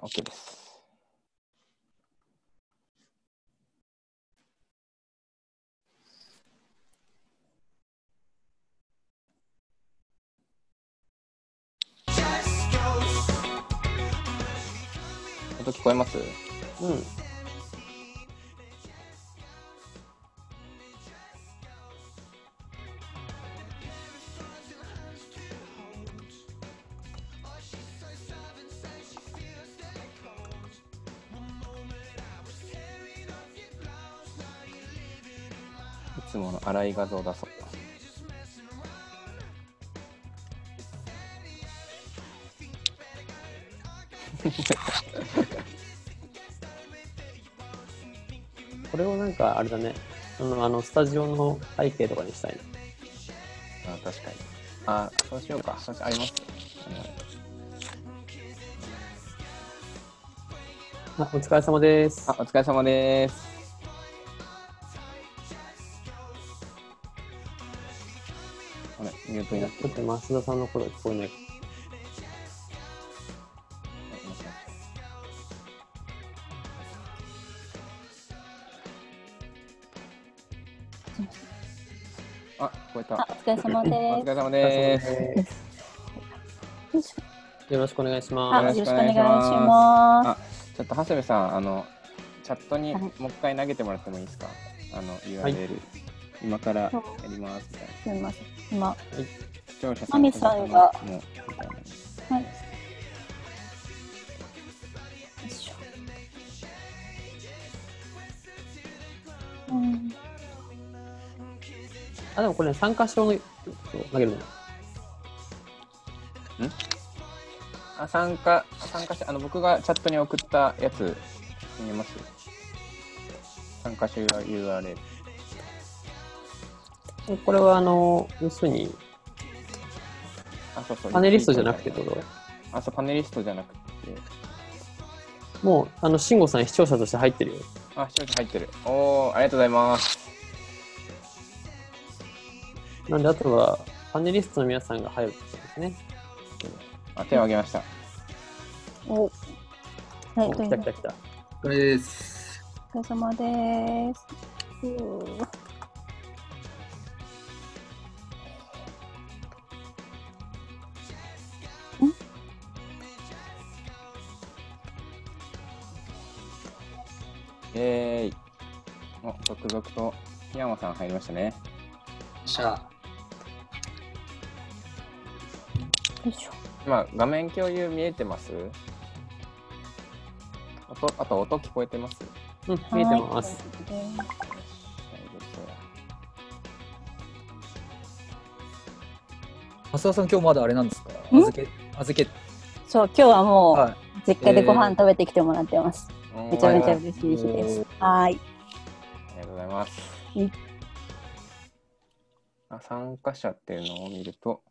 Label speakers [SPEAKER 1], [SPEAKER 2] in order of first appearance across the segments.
[SPEAKER 1] OK です。音聞こえます
[SPEAKER 2] うん。
[SPEAKER 1] いつもの荒い画 像だそう。
[SPEAKER 2] これをなんかあれだね。あの、あのスタジオの背景とかにしたいね。
[SPEAKER 1] あ確かに。あ、そうしようか。そうしあります
[SPEAKER 2] あ、お疲れ様です。
[SPEAKER 1] あ、お疲れ様です。ごめん、ミュートになって
[SPEAKER 2] ちょっと増田さんの声が聞こえない。
[SPEAKER 1] あ、聞こえた。
[SPEAKER 3] あ、お疲れ様
[SPEAKER 1] お
[SPEAKER 3] で
[SPEAKER 1] 疲れ様
[SPEAKER 2] お疲れ
[SPEAKER 1] で
[SPEAKER 2] 様
[SPEAKER 1] す。
[SPEAKER 2] です。
[SPEAKER 3] す。
[SPEAKER 2] よろしくお願いし
[SPEAKER 3] あ、よ
[SPEAKER 2] ま
[SPEAKER 3] ろ
[SPEAKER 2] す。
[SPEAKER 3] しくお願いします。
[SPEAKER 1] あ、ちょっと長谷部さん、あの、チャットに
[SPEAKER 3] はい
[SPEAKER 1] もう一回投げてもらってもいいですか。あの、URL、
[SPEAKER 2] はい
[SPEAKER 1] 今からやりますみたいな。
[SPEAKER 3] すみません。今、
[SPEAKER 1] 視聴者
[SPEAKER 3] マミさんが
[SPEAKER 1] もうみたいな
[SPEAKER 3] はい。よいしょうん、
[SPEAKER 2] あ、でもこれ、ね、参加賞のそう投げるの。
[SPEAKER 1] あ参加参加者あの僕がチャットに送ったやつ見えます参加者 URL
[SPEAKER 2] これはあの、要するに
[SPEAKER 1] あそうそう
[SPEAKER 2] パネリストじゃなくてってこ
[SPEAKER 1] あそうパネリストじゃなくて
[SPEAKER 2] ともう、あの、慎吾さん視聴者として入ってるよ。
[SPEAKER 1] あ視聴者入ってるおーありがとうございます
[SPEAKER 2] なんで、あとは、パネリストの皆さんが入るってことですね。
[SPEAKER 1] あ手を挙げました
[SPEAKER 3] お。はい、
[SPEAKER 2] お
[SPEAKER 3] とい
[SPEAKER 2] 来
[SPEAKER 3] う
[SPEAKER 2] た
[SPEAKER 3] こと
[SPEAKER 2] 来た
[SPEAKER 3] で
[SPEAKER 2] 来た。
[SPEAKER 4] お疲れです。
[SPEAKER 3] お疲れ様です。うー
[SPEAKER 1] イエーイお続々と檜山さん入りましたね
[SPEAKER 4] じゃあ、
[SPEAKER 3] よいしょ。
[SPEAKER 1] 今画面共有見えてます音あと音聞こえてます
[SPEAKER 2] うん、見えてます。
[SPEAKER 3] は
[SPEAKER 4] 増田さん、今日まだあれなんですか
[SPEAKER 3] ん
[SPEAKER 4] 預け、預け、
[SPEAKER 3] いそう、今日はも
[SPEAKER 4] は
[SPEAKER 3] う、実家でご飯食べてきてもらってます。めちゃめちゃ
[SPEAKER 1] おー
[SPEAKER 3] 嬉しい日です
[SPEAKER 4] おー。
[SPEAKER 3] はーい。
[SPEAKER 1] ありがとうございます
[SPEAKER 3] はい。
[SPEAKER 1] あ参加者っていうのを見ると、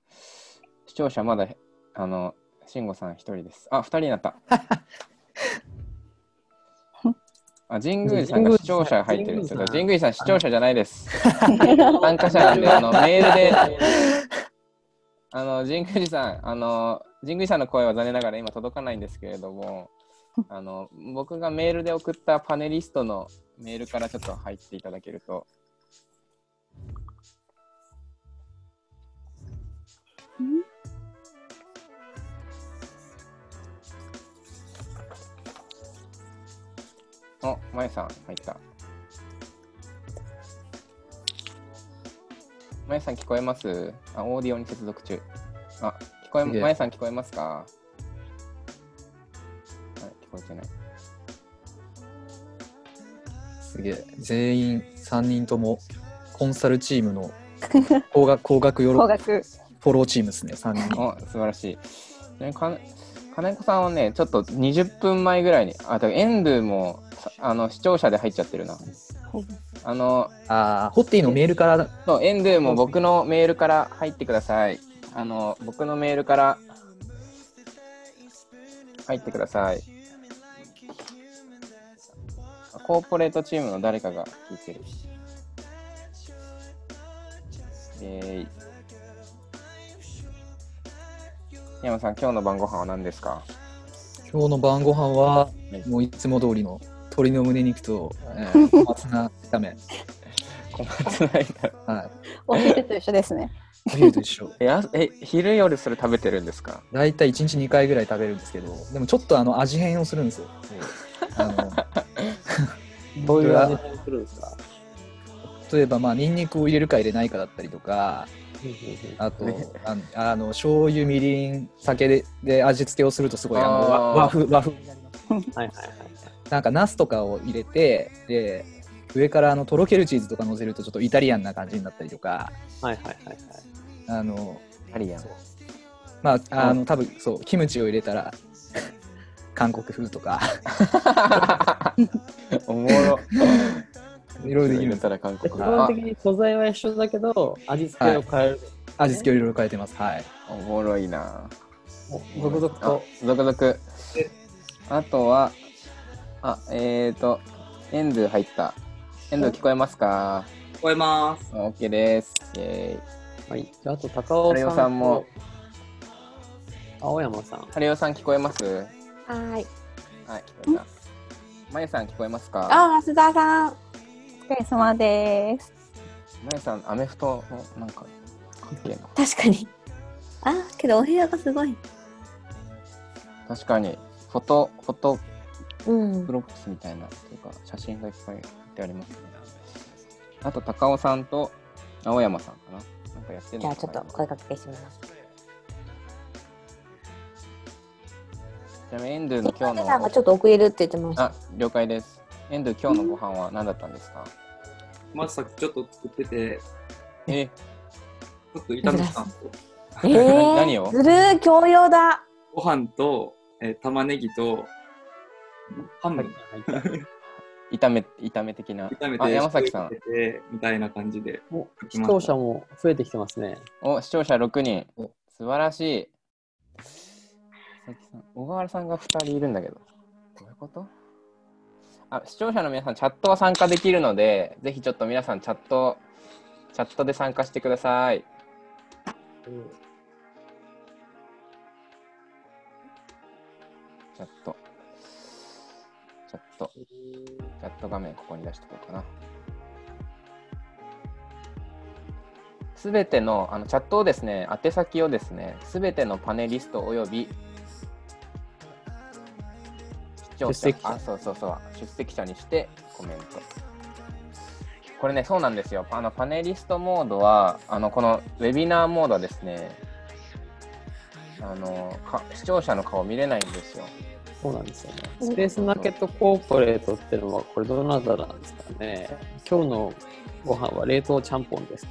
[SPEAKER 1] 視聴者まだ、あの、慎吾さん一人です。あ、二人にな った。あ、神宮寺さんが視聴者が入ってるんですけど、神
[SPEAKER 2] 神
[SPEAKER 1] 宮寺さん視聴者じゃないです。参加者なんで、あの、メールで、あの、神宮寺さん、あの、神宮寺さんの声は残念ながら今届かないんですけれども、あの、僕がメールで送ったパネリストのメールからちょっと入っていただけると、お、まゆさん入った。まゆさん聞こえますあ、オーディオに接続中。あ、聞こえ、
[SPEAKER 4] すげえ
[SPEAKER 1] まゆさん聞こえますかあれ聞こえてない。
[SPEAKER 4] い。すげえ。全員3人とも、コンサルチー ムの工学、工学よ
[SPEAKER 3] 高
[SPEAKER 4] ろ
[SPEAKER 3] 額。
[SPEAKER 4] フォローチームですね、3人。
[SPEAKER 1] お、素晴らしい。ちなみにか金子さんはね、ちょっと20分前ぐらいに、あ、だからエンドゥも、さあの、視聴者で入っちゃってるな。あの、
[SPEAKER 4] ああ、ホッティのメールから、
[SPEAKER 1] そう、エンドゥも僕のメールから入ってください。あの、僕のメールから入ってください。あコーポレートチームの誰かが聞いてる。えー、山さん、今日の晩ご飯は何ですか
[SPEAKER 4] 今日今日の晩ご飯は、
[SPEAKER 1] い
[SPEAKER 4] もういつも通りの鶏の胸肉と、えー、小松菜炒め。
[SPEAKER 1] 小松菜炒め
[SPEAKER 4] はい。
[SPEAKER 3] お昼と一緒ですね。
[SPEAKER 4] お昼と一緒。
[SPEAKER 1] えやえ昼夜それ食べてるんですか
[SPEAKER 4] 大体1日2回ぐらい食べるんですけど、でもちょっとあの味変をするんですよ。あ の
[SPEAKER 2] どういう味
[SPEAKER 4] 僕
[SPEAKER 2] 変するんですか
[SPEAKER 4] 例えば、まあ、ニンニクを入れるか入れないかだったりとか、あと、あのあの醤油、みりん、酒でで味付けをするとすごいあの和
[SPEAKER 1] あー
[SPEAKER 4] 和風、和風になります。
[SPEAKER 2] はいはいはい。
[SPEAKER 4] なんかナスとかを入れてで上からあのとろけるチーズとか乗せるとちょっとイタリアンな感じになったりとか
[SPEAKER 2] はいはいはいはい。
[SPEAKER 4] あの
[SPEAKER 1] ありやん
[SPEAKER 4] まああの多分そうキムチを入れたら 韓国風とか
[SPEAKER 1] おもろ
[SPEAKER 4] いろいろできる
[SPEAKER 1] 入
[SPEAKER 4] ん
[SPEAKER 1] れ
[SPEAKER 4] です
[SPEAKER 1] たら韓
[SPEAKER 2] 基
[SPEAKER 1] 国
[SPEAKER 2] 本
[SPEAKER 1] あ
[SPEAKER 2] 的に素材は一緒だけど、味付けを変える。
[SPEAKER 4] 味付けをいろいろ変えてますはい
[SPEAKER 1] おもろいな
[SPEAKER 2] お続々
[SPEAKER 1] あ
[SPEAKER 2] と。
[SPEAKER 1] 続々あとはあえーとエンドゥ入ったエンドゥ聞こえますか
[SPEAKER 5] 聞こえます。
[SPEAKER 1] オッケーですイエーイ
[SPEAKER 2] はい。じゃあ、あと高尾さん
[SPEAKER 1] 春
[SPEAKER 2] と
[SPEAKER 1] 代さんも。
[SPEAKER 2] 青山さん。
[SPEAKER 1] ハリオさん聞こえますは
[SPEAKER 6] はーい。
[SPEAKER 1] い聞こえたまゆさん聞こえますか
[SPEAKER 6] あ、増田さん。
[SPEAKER 3] お疲れ様です。
[SPEAKER 1] まゆさんアメフトのなんか関係な
[SPEAKER 6] 確かに。あ、けどお部屋がすごい。
[SPEAKER 1] 確かにフォトフォト
[SPEAKER 6] うん
[SPEAKER 1] プ。ロップスみたいなというか写真がいっぱいってありますねあと高尾さんと青山さんかななんかやってる
[SPEAKER 6] じ
[SPEAKER 1] の
[SPEAKER 6] ゃ
[SPEAKER 1] か
[SPEAKER 6] あ
[SPEAKER 1] な
[SPEAKER 6] ちょっと声かけしてみます。
[SPEAKER 1] ちなみにエンドゥの
[SPEAKER 6] 今
[SPEAKER 1] 今
[SPEAKER 6] 日
[SPEAKER 1] 日
[SPEAKER 6] さんが
[SPEAKER 1] の
[SPEAKER 6] ちょっと遅れるって言ってました。
[SPEAKER 1] あ了解ですエンドゥ今日のご飯は何だったんですか
[SPEAKER 5] まずさっきちょっと作ってて、
[SPEAKER 1] え
[SPEAKER 5] ちょっと炒めてたんですよ。
[SPEAKER 6] え
[SPEAKER 1] 何何を
[SPEAKER 6] ずるー教養だ。
[SPEAKER 5] ご飯と、えー玉ねぎと、ハム、
[SPEAKER 1] 炒め炒め的な
[SPEAKER 5] 炒め
[SPEAKER 1] あ
[SPEAKER 5] て、
[SPEAKER 1] 山崎さん
[SPEAKER 5] 作ってみたいな感じで。
[SPEAKER 2] お視聴者も増えてきてますね。
[SPEAKER 1] お視聴者6人
[SPEAKER 4] お
[SPEAKER 1] 素晴らしい佐々木さん小川原さんが2人いるんだけどどういうことあ視聴者の皆さんチャットは参加できるのでぜひちょっと皆さんチャットチャットで参加してくださいチャットチャットチャット画面ここに出しておこうかなすべてのあのチャットをですね、宛先をですね、すべてのパネリストおよび視聴者
[SPEAKER 2] 出席者
[SPEAKER 1] あ、そうそうそう、出席者にしてコメント。これね、そうなんですよ。あのパネリストモードは、あのこのウェビナーモードはですね、あのか視聴者の顔見れないんですよ。
[SPEAKER 2] そうなんですよね。スペースマーケットコーポレートってのは、これどなたなんですかね。今日のご飯は冷凍ちゃんぽんです。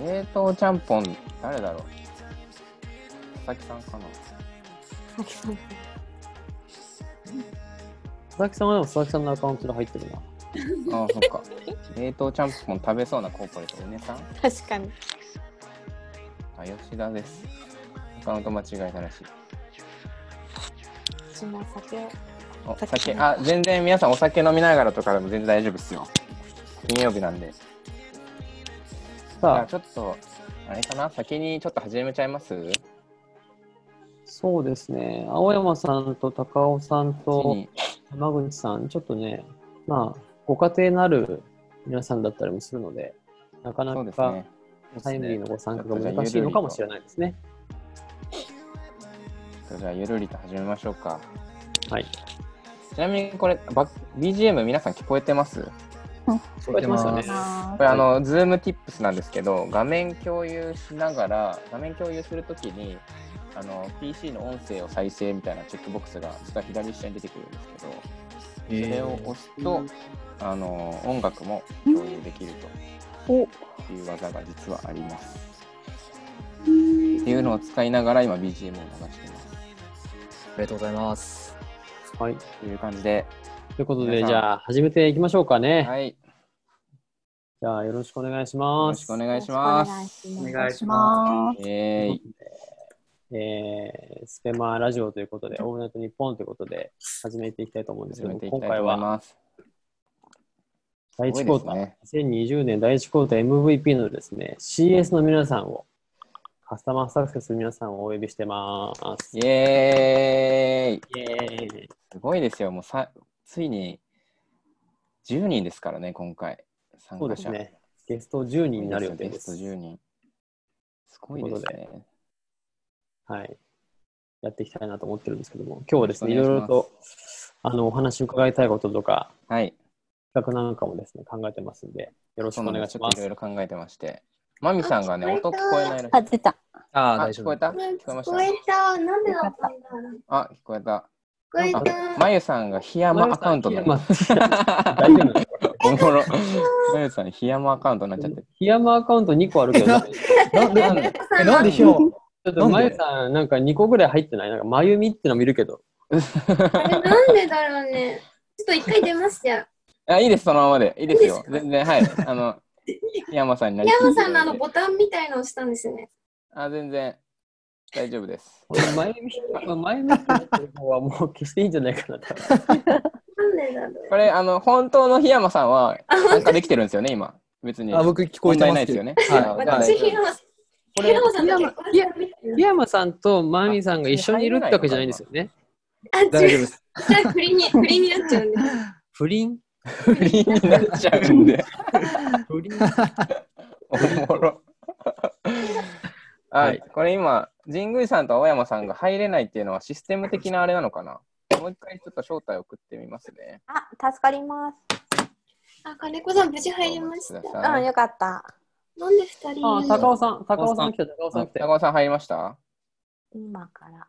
[SPEAKER 1] 冷凍ちゃんぽん、誰だろう佐々木さんかな
[SPEAKER 6] 佐々木さん
[SPEAKER 2] 佐々木さんはでも佐々木さんのアカウントで入ってるな。
[SPEAKER 1] ああ、そっ か。冷凍ちゃんぽん食べそうなコーポレート、うねさん
[SPEAKER 6] 確かに。
[SPEAKER 1] あ、吉田です。アカウント間違えたらしい。
[SPEAKER 6] 私も酒を。
[SPEAKER 1] お酒、あ、全然皆さんお酒飲みながらとかでも全然大丈夫ですよ。金曜日なんで。じゃあ
[SPEAKER 2] さあ、
[SPEAKER 1] ちょっと、あれかな先にちょっと始めちゃいます
[SPEAKER 2] そうですね。青山さんと高尾さん
[SPEAKER 1] 次
[SPEAKER 2] と
[SPEAKER 1] に
[SPEAKER 2] 山口さん、ちょっとね、まあ、ご家庭のある皆さんだったりもするので、なかな
[SPEAKER 1] そうです
[SPEAKER 2] か
[SPEAKER 1] ね。
[SPEAKER 2] タイムリーのご参加が難しいのかもしれないですね。
[SPEAKER 1] じゃあ、ゆるりと始めましょうか。
[SPEAKER 2] はい。
[SPEAKER 1] ちなみにこれ、バ BGM 皆さん聞こえてますこ
[SPEAKER 2] 聞こえてますよね。
[SPEAKER 3] あ
[SPEAKER 1] れ、あの、ズーム Tips なんですけど、画面共有しながら、画面共有するときに、あの、PC の音声を再生みたいなチェックボックスが、実は左下に出てくるんですけど、
[SPEAKER 4] え
[SPEAKER 1] それを
[SPEAKER 4] ー
[SPEAKER 1] 押すと、あの音楽も共有できるという技が実はあります。っていうのを使いながら今 BGM を流してます。
[SPEAKER 4] ありがとうございます
[SPEAKER 2] はい。
[SPEAKER 1] という感じで、
[SPEAKER 2] ということで、
[SPEAKER 1] 皆さん
[SPEAKER 2] じゃあ始めていきましょうかね。
[SPEAKER 1] はい、よ
[SPEAKER 2] じゃあよろしくお願いし
[SPEAKER 1] ろ
[SPEAKER 2] ま
[SPEAKER 1] し
[SPEAKER 2] す。
[SPEAKER 1] くお願いします。
[SPEAKER 5] お
[SPEAKER 6] す
[SPEAKER 5] 願い
[SPEAKER 3] ー
[SPEAKER 5] し
[SPEAKER 3] し
[SPEAKER 5] ま
[SPEAKER 3] ます。
[SPEAKER 1] えー、
[SPEAKER 2] えースペマーラジオということで、オールナイトニッポンということで始めていきたいと思うんです
[SPEAKER 1] 始
[SPEAKER 2] けど、
[SPEAKER 1] めていき
[SPEAKER 2] 今
[SPEAKER 1] たいと
[SPEAKER 2] 回
[SPEAKER 1] 思い
[SPEAKER 2] は
[SPEAKER 1] ます。
[SPEAKER 2] 第
[SPEAKER 1] す
[SPEAKER 2] 1ク
[SPEAKER 1] ご
[SPEAKER 2] ォ
[SPEAKER 1] い
[SPEAKER 2] ー
[SPEAKER 1] で
[SPEAKER 2] タ
[SPEAKER 1] す
[SPEAKER 2] ー、
[SPEAKER 1] ね
[SPEAKER 2] 2020年第1クォーター MVP のですね、CS の皆さんをカスタマーサクセス皆さんをお呼びしてます。
[SPEAKER 1] イエーイ
[SPEAKER 2] イエーイ
[SPEAKER 1] すごいですよ、もうさついに10人ですからね、今回。参
[SPEAKER 2] そう
[SPEAKER 1] 加
[SPEAKER 2] です
[SPEAKER 1] 者。
[SPEAKER 2] ね。ゲスト10人になる予定
[SPEAKER 1] ゲ
[SPEAKER 2] で
[SPEAKER 1] スト
[SPEAKER 2] す。
[SPEAKER 1] 10人。すごいですね。
[SPEAKER 2] はい。やっていきたいなと思ってるんですけども、今日はですね、い
[SPEAKER 1] よろ
[SPEAKER 2] ろ
[SPEAKER 1] し
[SPEAKER 2] い
[SPEAKER 1] くお願い
[SPEAKER 2] ろ
[SPEAKER 1] します
[SPEAKER 2] とあのお話伺いたいこととか、
[SPEAKER 1] はい。
[SPEAKER 2] 企画なんかもですね、考えてますんで、よろし
[SPEAKER 1] そ
[SPEAKER 2] くお
[SPEAKER 1] うなん
[SPEAKER 2] 願
[SPEAKER 1] で
[SPEAKER 2] い
[SPEAKER 1] す。ち
[SPEAKER 2] し
[SPEAKER 1] ょっ
[SPEAKER 2] ま
[SPEAKER 1] といろい
[SPEAKER 2] す。
[SPEAKER 1] ろ考えてまして。マミさんがね、音聞こえないらしい
[SPEAKER 3] あ、出た。
[SPEAKER 4] ああ、
[SPEAKER 1] あ、
[SPEAKER 4] 大丈
[SPEAKER 1] 聞こえ
[SPEAKER 4] 夫。
[SPEAKER 1] た聞こえま
[SPEAKER 7] 聞
[SPEAKER 1] し
[SPEAKER 7] こえ
[SPEAKER 1] た。
[SPEAKER 7] た。なんでだったんだろう。聞
[SPEAKER 1] あ、聞こえた。
[SPEAKER 7] こえ
[SPEAKER 1] あ
[SPEAKER 7] た。、
[SPEAKER 1] まゆさんが檜山アカウントだ、
[SPEAKER 2] ま
[SPEAKER 1] ね。
[SPEAKER 2] あ大丈夫ですか
[SPEAKER 1] おもろ。まゆさん、檜山アカウントになっちゃってる。
[SPEAKER 2] 檜山アカウント2個あるけど、ち
[SPEAKER 4] なんで、
[SPEAKER 1] なんで
[SPEAKER 4] えなんでひも、
[SPEAKER 2] ょっとまゆさん、なんか2個ぐらい入ってないなんか、まゆみっての見るけど、
[SPEAKER 7] あれなんでだろうね。ちょっと一回出ましたよ。
[SPEAKER 1] あ、いいです、そのままで。いいです
[SPEAKER 7] いいで
[SPEAKER 1] よ。
[SPEAKER 7] すか
[SPEAKER 1] 全然、はい。あの、檜山さんになりきっ
[SPEAKER 7] 山
[SPEAKER 1] て
[SPEAKER 7] さんのあのボタンみたいのを押したんですね。
[SPEAKER 1] あ、全然、大丈夫です。
[SPEAKER 2] このまゆみ、まゆみってなってる方はもう消していいんじゃないかなと。
[SPEAKER 7] なんでだろう。
[SPEAKER 1] これ、あの、本当の檜山さんは、参加できてるんですよね、今。別に。
[SPEAKER 4] あ、僕聞こえてま
[SPEAKER 1] 問題な
[SPEAKER 4] すけ
[SPEAKER 1] いです
[SPEAKER 4] ど
[SPEAKER 1] よね。
[SPEAKER 4] はい
[SPEAKER 1] あ
[SPEAKER 7] 私、ひろまさん。ひろまさんと結婚したみたい
[SPEAKER 2] 檜山さんとまゆみさんが一緒にいるってわけじゃないんですよね。
[SPEAKER 7] な。あ、
[SPEAKER 4] 大丈夫
[SPEAKER 7] 違
[SPEAKER 4] で
[SPEAKER 7] う。
[SPEAKER 4] す。
[SPEAKER 7] じゃあ、振り に、振りになっちゃうんで。
[SPEAKER 2] 不倫
[SPEAKER 1] 不倫になっちゃうんで。
[SPEAKER 2] 不倫
[SPEAKER 1] おもろ。は
[SPEAKER 2] はい
[SPEAKER 1] い、これ今、神宮さんと青山さんが入れないっていうのはシステム的なあれなのかなもう一回ちょっと招待送ってみますね。
[SPEAKER 6] あ、助かります。
[SPEAKER 7] あ、金子さん、無事入りました
[SPEAKER 1] お待ち。くだ
[SPEAKER 6] う
[SPEAKER 1] さ
[SPEAKER 6] ん、
[SPEAKER 1] い
[SPEAKER 6] よかった。
[SPEAKER 7] なんで二人いる
[SPEAKER 2] あ、
[SPEAKER 7] の
[SPEAKER 2] 高尾さん、高尾さん来た、高尾さん来
[SPEAKER 1] 高
[SPEAKER 2] た。
[SPEAKER 1] 川さん入りました
[SPEAKER 6] 今から。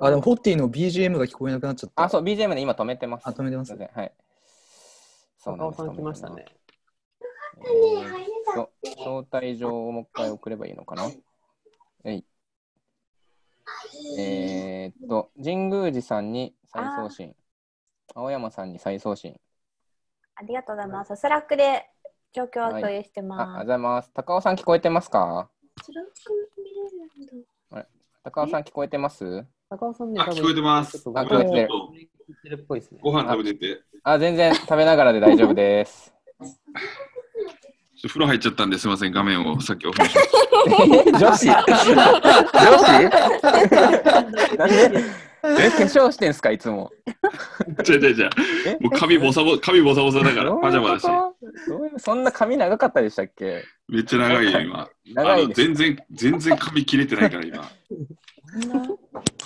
[SPEAKER 4] あ、でも、ホッティの BGM が聞こえなくなっちゃった。
[SPEAKER 1] あ、そう、BGM で今止めてます。
[SPEAKER 4] あ止めてます
[SPEAKER 1] いせんはい。そうな
[SPEAKER 2] 高
[SPEAKER 1] ん
[SPEAKER 2] 尾さ
[SPEAKER 1] です
[SPEAKER 2] ん来ましたね。。
[SPEAKER 1] え
[SPEAKER 7] ね入れ
[SPEAKER 1] ー
[SPEAKER 7] た
[SPEAKER 1] と招待状をもう一回送ればいいのかなえい。えーっと、神宮寺さんに再送信。青山さんに再送信。
[SPEAKER 6] ありがとうございます。スラックで状況を共有して
[SPEAKER 1] あ、ありがとう
[SPEAKER 6] ま
[SPEAKER 1] ご
[SPEAKER 6] す。
[SPEAKER 1] ざいます。高尾さん聞こえてますか
[SPEAKER 7] スラック見れるんだ。
[SPEAKER 1] 高尾さん聞こえてます
[SPEAKER 2] 高尾さんね、
[SPEAKER 8] あ、聞こえてます。
[SPEAKER 1] あ
[SPEAKER 2] あ、
[SPEAKER 1] 聞
[SPEAKER 2] 聞
[SPEAKER 1] こ
[SPEAKER 2] こ
[SPEAKER 1] えて
[SPEAKER 2] え
[SPEAKER 1] る
[SPEAKER 2] てるっぽいですね。
[SPEAKER 8] ご飯食べてて。
[SPEAKER 1] あ、全然食べながらで大丈 夫です。
[SPEAKER 8] ちょっと風呂入っちゃったんですいません、画面 をさっきオフにしまし
[SPEAKER 1] 女 子女子なんでえ、化粧してんすか、いつも。
[SPEAKER 8] た。じゃじゃじゃ
[SPEAKER 1] え
[SPEAKER 8] もう髪ボサボサ、髪ボサボサだから、
[SPEAKER 1] どういう
[SPEAKER 8] パジャマだし。
[SPEAKER 1] ことどういうそんな髪長かったでしたっけ
[SPEAKER 8] めっちゃ長いよ、今。
[SPEAKER 1] 長
[SPEAKER 8] あ
[SPEAKER 1] い
[SPEAKER 8] の
[SPEAKER 1] です。
[SPEAKER 8] 全然、全然髪切れてないから、今。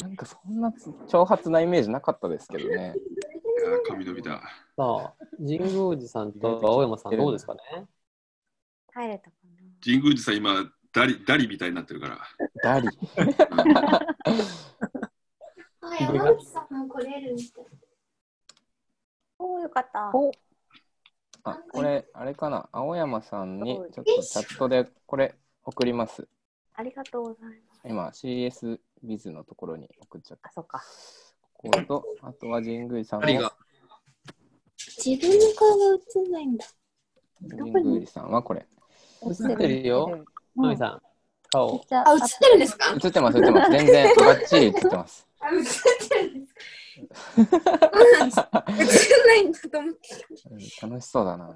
[SPEAKER 1] なんかそんな挑発なイメージなかったですけどね。
[SPEAKER 8] いや髪伸びた。
[SPEAKER 2] さあ、神宮寺さんと青山さんどうですかね
[SPEAKER 6] 入れたか
[SPEAKER 8] 神宮寺さん、今、ダリ、ダリみたいになってるから。
[SPEAKER 1] ダリ。
[SPEAKER 7] あ、山口さんも来れるみたい。
[SPEAKER 6] な。おー、よかった。
[SPEAKER 1] あ、これ、あれかな。青山さんに、ちょっとチャットで、これ、送ります。
[SPEAKER 6] ありがとうございます。
[SPEAKER 1] 今、CS ビズのところに送っちゃった。
[SPEAKER 6] あ、そっか。
[SPEAKER 1] ここと、あとは神宮寺さんも、
[SPEAKER 8] ダリが
[SPEAKER 7] 自分の顔が映んないんだ。
[SPEAKER 1] 神宮寺さんはこれ。
[SPEAKER 2] 映ってるよ。のりさん、顔。
[SPEAKER 7] あ、映ってるんですか
[SPEAKER 1] 映ってます、映ってます。全然、バッチリ映ってます。
[SPEAKER 7] あ、映ってるんですか映んないんだと思って。
[SPEAKER 1] うん楽しそうだな。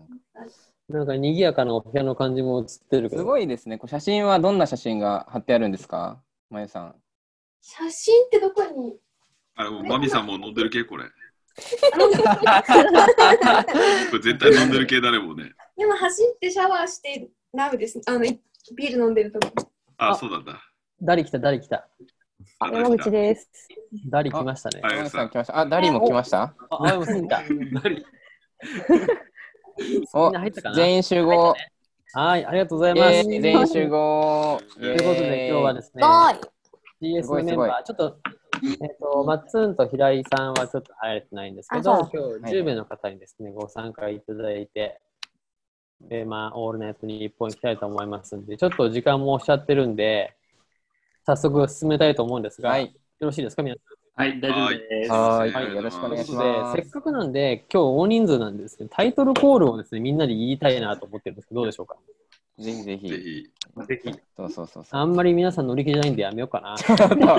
[SPEAKER 2] なんか賑やかなお部屋の感じも映ってるけ
[SPEAKER 1] す
[SPEAKER 2] ど。
[SPEAKER 1] ごいですね。これ写真はどんな写真が貼ってあるんですかまゆさん。
[SPEAKER 7] 写真ってどこに
[SPEAKER 8] あれ、もうマミさんも飲んでる系、これ。こ
[SPEAKER 7] 今
[SPEAKER 8] れ絶対飲んでる系だね、もうね。
[SPEAKER 7] 走ってシャワーしてナウです。あのいビール飲んでるとこ。
[SPEAKER 8] あ、
[SPEAKER 2] あ
[SPEAKER 8] そうなんだ。
[SPEAKER 2] 誰来た、誰来た。
[SPEAKER 8] あ
[SPEAKER 3] 山口
[SPEAKER 8] で。
[SPEAKER 3] です。
[SPEAKER 2] 誰来ましたね。
[SPEAKER 8] は
[SPEAKER 1] まゆ
[SPEAKER 8] い、
[SPEAKER 1] さ
[SPEAKER 8] さ
[SPEAKER 1] ん来ました。あ、ダリも来ました。
[SPEAKER 2] あ、青山さん来た。
[SPEAKER 8] ダリ。
[SPEAKER 2] み
[SPEAKER 1] お
[SPEAKER 2] んな入ったか、な
[SPEAKER 1] 全員集合。
[SPEAKER 2] はい、ありがとうございます。
[SPEAKER 1] えー、全員集合。。
[SPEAKER 8] と
[SPEAKER 2] ということで、今日はですすね、
[SPEAKER 6] おい。
[SPEAKER 1] す
[SPEAKER 2] CS
[SPEAKER 1] ごい
[SPEAKER 2] のメンバー、ちょっと、えっ、と、マッツンと平井さんはちょっと入れてないんですけ
[SPEAKER 6] あ
[SPEAKER 2] ど
[SPEAKER 6] そ、
[SPEAKER 2] 今日10名の方にですね、ご参加いただいて、で、まあ、オールナイトに一本行きたいと思いますんで、ちょっと時間もおっしゃってるんで、早速進めたいと思うんですが、
[SPEAKER 1] は
[SPEAKER 2] よ
[SPEAKER 1] い。
[SPEAKER 2] ろしいですか、皆さん。
[SPEAKER 9] はい、大丈夫です。
[SPEAKER 1] は。
[SPEAKER 8] はいい
[SPEAKER 1] よろしくお
[SPEAKER 8] お
[SPEAKER 1] 願
[SPEAKER 8] 願
[SPEAKER 1] い
[SPEAKER 8] い
[SPEAKER 1] し
[SPEAKER 2] ということ
[SPEAKER 1] ま
[SPEAKER 2] で、せっ
[SPEAKER 1] す。
[SPEAKER 2] かくなんで、今日大人数なんですね、タイトルコールをですね、みんなで言いたいなと思ってるんですけど、どうでしょうか。
[SPEAKER 1] ぜひぜ
[SPEAKER 8] ぜ
[SPEAKER 1] ひ。
[SPEAKER 8] ひ。
[SPEAKER 1] そうそうそうそう。
[SPEAKER 2] あんまり皆さん乗り気じゃないんでやめようかな。
[SPEAKER 1] ちょっともっと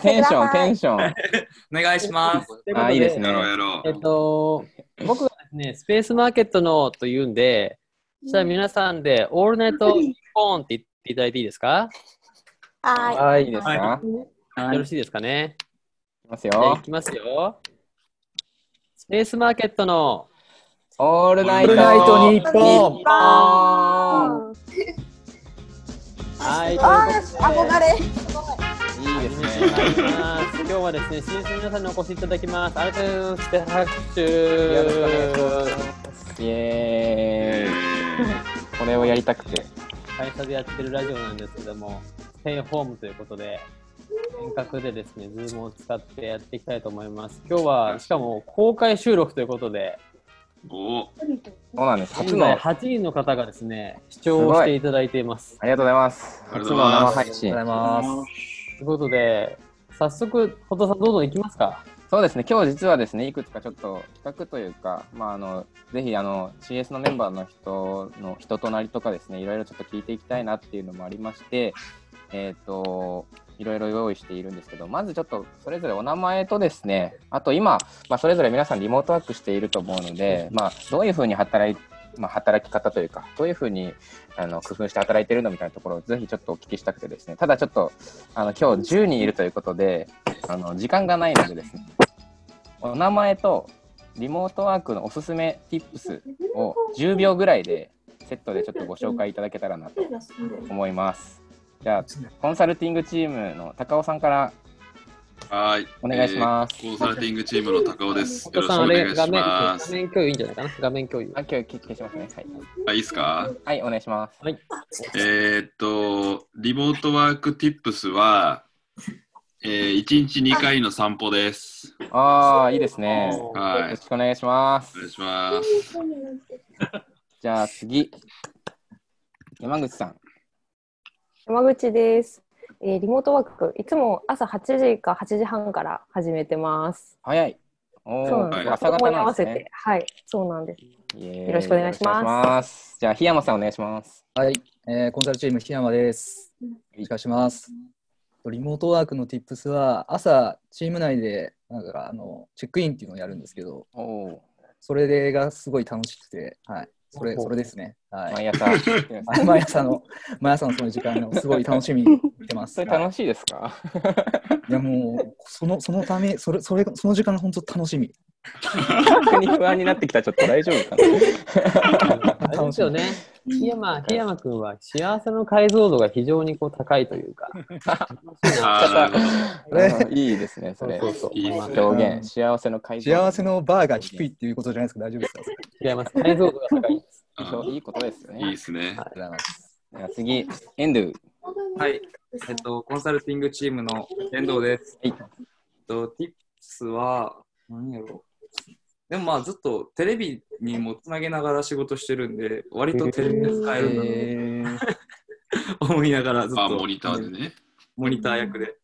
[SPEAKER 1] テンション、テンション。
[SPEAKER 9] お願いします。
[SPEAKER 2] とうこと
[SPEAKER 1] あ、いいですね
[SPEAKER 8] や。ろうやろ
[SPEAKER 2] えっと、僕がですね、スペースマーケットのと言うんで、そしたら皆さんで、オールナイト日本って言っていただいていいですか
[SPEAKER 6] はーい。
[SPEAKER 2] はい
[SPEAKER 1] いいですか、、
[SPEAKER 9] はい
[SPEAKER 5] はい
[SPEAKER 2] よろしいですかね。
[SPEAKER 1] きます
[SPEAKER 2] じゃあい
[SPEAKER 1] よ。
[SPEAKER 2] きますよ。スペースマーケットの
[SPEAKER 1] オールナイ
[SPEAKER 4] オー
[SPEAKER 1] ト
[SPEAKER 4] ルナイトニッポン
[SPEAKER 1] 日本
[SPEAKER 2] はい、
[SPEAKER 3] 憧れ。
[SPEAKER 1] いいですね。
[SPEAKER 2] 今日はですね、新鮮皆さんにお越しいただきます。改めまして拍手。
[SPEAKER 1] よろしくお願いします。イエーイ。これをやりたくて。
[SPEAKER 2] 会社でやってるラジオなんですけども、ステイホームということで、遠隔でですね、ズームを使ってやっていきたいと思います。今日は、しかも公開収録ということで、
[SPEAKER 8] おお、
[SPEAKER 1] そうなんです。初
[SPEAKER 2] 現
[SPEAKER 1] の。あ
[SPEAKER 2] 在
[SPEAKER 1] り
[SPEAKER 2] 8人の方がですね、視聴をしていただいています。
[SPEAKER 1] がとうございます。
[SPEAKER 8] ありが
[SPEAKER 1] 初
[SPEAKER 8] とう
[SPEAKER 1] の
[SPEAKER 8] ござい
[SPEAKER 1] 生
[SPEAKER 8] ます
[SPEAKER 1] 配
[SPEAKER 4] り
[SPEAKER 1] 信
[SPEAKER 4] がとう。ございます。
[SPEAKER 2] ということで、早速、ホトさん、どんどんいきますか。
[SPEAKER 1] そうですね。今日実はですね、いくつかちょっと企画というか、まああのぜひあの CS のメンバーの人の人となりとかですね、いろいろちょっと聞いていきたいなっていうのもありまして、えっ、といろいろ用意しているんですけど、まずちょっとそれぞれお名前とですね、あと今まあそれぞれ皆さんリモートワークしていると思うので、まあどういうふうに働いまあ、働き方というか、どういうふうにあの工夫して働いてるのみたいなところをぜひちょっとお聞きしたくてですね、ただちょっとあの今日10人いるということで、あの時間がないのでですね、お名前とリモートワークのおすすめ Tips を10秒ぐらいでセットでちょっとご紹介いただけたらなと思います。じゃあ、コンサルティングチームの高尾さんから
[SPEAKER 8] はい。
[SPEAKER 1] お願いします
[SPEAKER 8] えーコンサルティングチームの高尾です。よ
[SPEAKER 2] ホ
[SPEAKER 8] ろ
[SPEAKER 2] ト
[SPEAKER 8] しく
[SPEAKER 2] さん、
[SPEAKER 8] お
[SPEAKER 2] あ
[SPEAKER 8] 願
[SPEAKER 2] れ、
[SPEAKER 8] い
[SPEAKER 2] 画
[SPEAKER 8] し
[SPEAKER 2] 面、
[SPEAKER 8] ま
[SPEAKER 2] 画
[SPEAKER 8] す。
[SPEAKER 2] 面共有いいんじゃないかな。画面共有。
[SPEAKER 1] あ、今日消しますね。はい。
[SPEAKER 8] あ、いいですか
[SPEAKER 1] はい、お願いします。
[SPEAKER 2] はい。
[SPEAKER 8] えーっと、リモートワーク Tips は、えー、1日2回の散歩です。
[SPEAKER 1] ああ、いいですね。よ
[SPEAKER 8] はい
[SPEAKER 1] ろ。しくお願いしま
[SPEAKER 8] お願い
[SPEAKER 1] す。
[SPEAKER 8] します。
[SPEAKER 1] じゃあ次。山口さん。
[SPEAKER 10] 山口です、えーリモートワーク、いつも朝8時か8時半から始めてます。
[SPEAKER 1] 早い。お
[SPEAKER 10] そう
[SPEAKER 1] お、
[SPEAKER 10] なんです。
[SPEAKER 8] はい
[SPEAKER 1] 朝
[SPEAKER 10] 子供
[SPEAKER 1] 方
[SPEAKER 10] に合
[SPEAKER 1] なん
[SPEAKER 10] わ
[SPEAKER 1] です
[SPEAKER 10] せ
[SPEAKER 1] ね
[SPEAKER 10] て。。はい、そうなんです。
[SPEAKER 1] イエーイ
[SPEAKER 10] よろしくお願いします
[SPEAKER 1] よろくお願すじゃあ、檜山さんお願いします。
[SPEAKER 4] はい、えーコンサルチーム檜山です。よろしくお願いします。リモートワークの Tips は朝チーム内でなんかあのチェックインっていうのをやるんですけど、
[SPEAKER 1] おお、
[SPEAKER 4] それがすごい楽しくて、はい、それ
[SPEAKER 2] ほう
[SPEAKER 4] それですね。はい。
[SPEAKER 1] 毎朝。
[SPEAKER 4] 毎朝の毎朝のその時間をすごい楽しみにしてます。
[SPEAKER 1] それ
[SPEAKER 4] はい
[SPEAKER 1] 楽しいですか
[SPEAKER 4] いやもうそのそのためそれそれその時間が本当楽しみ。
[SPEAKER 1] 逆に不安になってきた、ちょっと大丈夫か
[SPEAKER 2] あれですよね。檜山、檜山君は幸せの解像度が非常にこう高いというか。
[SPEAKER 8] あー、なるほ
[SPEAKER 1] な。うんいいですね、それ。
[SPEAKER 2] そう。
[SPEAKER 8] いいですね
[SPEAKER 1] 表現、幸せの解像
[SPEAKER 4] 幸せのバーが低いっていうことじゃないですか。大丈夫ですか。
[SPEAKER 2] 違います。解像度が高いです。
[SPEAKER 8] ど。
[SPEAKER 1] いいことですよ
[SPEAKER 8] あいい
[SPEAKER 1] ね
[SPEAKER 8] で。すね。
[SPEAKER 4] ありがとうございます
[SPEAKER 1] じゃあ次、エンドゥ。
[SPEAKER 5] はい。えっと、コンサルティングチームの遠藤です。
[SPEAKER 1] はい
[SPEAKER 5] えっと、Tips は、何やろでもまあ、ずっとテレビにもつなげながら仕事してるんで、割とテレビで使えるなと
[SPEAKER 4] え ー
[SPEAKER 5] 思いながら、ずっと、
[SPEAKER 8] あ、モニターでね。
[SPEAKER 5] モニター役で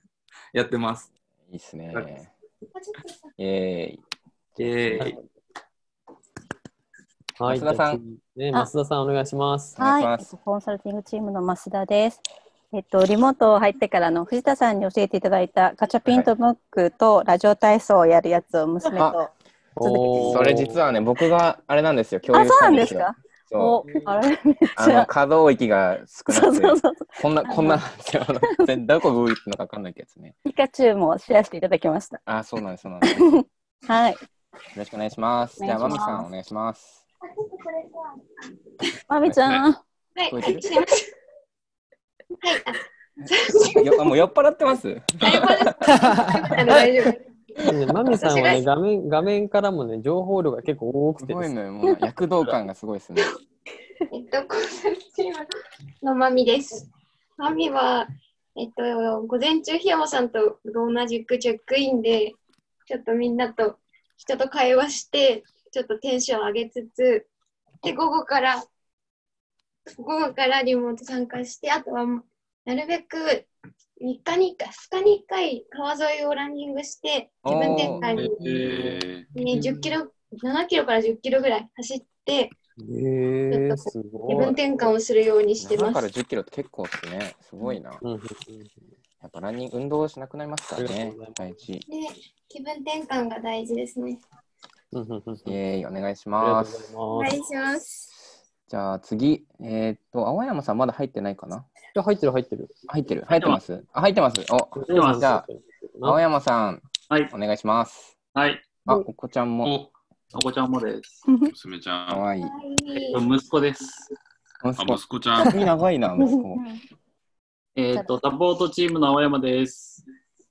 [SPEAKER 5] やってます。
[SPEAKER 1] いいですね。イエーイ。
[SPEAKER 5] えー、
[SPEAKER 2] はい。
[SPEAKER 1] 増田さ
[SPEAKER 2] じゃあ
[SPEAKER 1] ん
[SPEAKER 2] 次。ね、増田さんお願いします。
[SPEAKER 1] 願いし
[SPEAKER 3] は
[SPEAKER 1] ま
[SPEAKER 3] い
[SPEAKER 1] す。
[SPEAKER 3] コンサルティングチームの増田です。えっと、リモート入ってからの藤田さんに教えていただいたガチャピンとムックとラジオ体操をやるやつを娘と。
[SPEAKER 2] おー
[SPEAKER 1] それ実はね、僕があれなんですよ、共
[SPEAKER 3] あ、
[SPEAKER 1] 有し
[SPEAKER 3] そう
[SPEAKER 1] た
[SPEAKER 3] なんん
[SPEAKER 1] で
[SPEAKER 3] ですす
[SPEAKER 1] よ。
[SPEAKER 3] か
[SPEAKER 1] そ
[SPEAKER 3] お
[SPEAKER 1] う、
[SPEAKER 3] あれめっ
[SPEAKER 1] あ
[SPEAKER 3] ち
[SPEAKER 1] の
[SPEAKER 3] ゃ。
[SPEAKER 1] 可動域が少な
[SPEAKER 3] そう
[SPEAKER 1] くて
[SPEAKER 3] そうそう。
[SPEAKER 1] こんなこんなな んですよ。あの全どこブーってのか分かんないってやつね。
[SPEAKER 3] ピカチュウもシェアしていただきました。
[SPEAKER 1] あ、そうなんです、そうなんです。よ
[SPEAKER 3] はい。
[SPEAKER 1] ろしくお願いします。じゃあ、
[SPEAKER 3] お
[SPEAKER 1] ま
[SPEAKER 3] 願い
[SPEAKER 1] み
[SPEAKER 3] します
[SPEAKER 1] さん、お願いします。
[SPEAKER 3] まみちゃん。
[SPEAKER 7] はい、
[SPEAKER 1] こう
[SPEAKER 7] は
[SPEAKER 1] やって
[SPEAKER 7] い、知りました。はい、あ、
[SPEAKER 1] よあもう酔っ払ってます
[SPEAKER 7] 大丈夫です。大丈夫です。
[SPEAKER 2] ねマミさんはね、画面、画面からもね、情報量が結構多く
[SPEAKER 1] す
[SPEAKER 2] て
[SPEAKER 1] ご
[SPEAKER 2] で
[SPEAKER 1] い
[SPEAKER 2] すね。
[SPEAKER 1] ね、もう躍動感がすごいですね。
[SPEAKER 7] えっと、コンサルティームのまみです。まみは、えっと、午前中、檜山さんと同じくチェックインで、ちょっとみんなと人と会話して、ちょっとテンション上げつつ、で、午後から、午後からリモート参加して、あとは、なるべく3日に1回、2日に1回、川沿いをランニングして、気分転換に、
[SPEAKER 8] え
[SPEAKER 7] ね、10キロ、7キロから10キロぐらい走って、
[SPEAKER 2] えー、すご
[SPEAKER 7] 気
[SPEAKER 2] い。
[SPEAKER 7] 分転換をするようにしてま
[SPEAKER 1] 7
[SPEAKER 7] す。
[SPEAKER 1] から10キロって結構ですね。すごいな。
[SPEAKER 2] うんうん
[SPEAKER 1] やっぱランニング、運動しなくなりますか
[SPEAKER 2] あ
[SPEAKER 1] ら
[SPEAKER 2] りが
[SPEAKER 1] ね
[SPEAKER 2] とうござい。
[SPEAKER 1] 大事。イ
[SPEAKER 7] で、気分転換が大事ですね。
[SPEAKER 2] うんうんうんうん
[SPEAKER 1] ェーイ、お願いし
[SPEAKER 2] あ
[SPEAKER 1] ま
[SPEAKER 2] りが
[SPEAKER 1] す。
[SPEAKER 2] とう
[SPEAKER 7] お
[SPEAKER 2] ございます。
[SPEAKER 7] 願いします。
[SPEAKER 1] じゃあ次、えーっと、青山さんまだ入ってないかな
[SPEAKER 2] や、 入ってる入ってる。
[SPEAKER 1] 入ってる入ってますあ、入ってます。お、
[SPEAKER 2] てます
[SPEAKER 1] じゃあ、青山さん、お願いします。
[SPEAKER 9] はい。
[SPEAKER 1] あ、お子ちゃんも。
[SPEAKER 9] お子ちゃんもです。
[SPEAKER 8] 娘ちゃん。
[SPEAKER 1] かわいい。
[SPEAKER 9] えっと息子です。
[SPEAKER 1] 息
[SPEAKER 8] 子あ息子ちゃん
[SPEAKER 1] 髪長いな、息子。
[SPEAKER 9] えっと、サポートチームの青山です。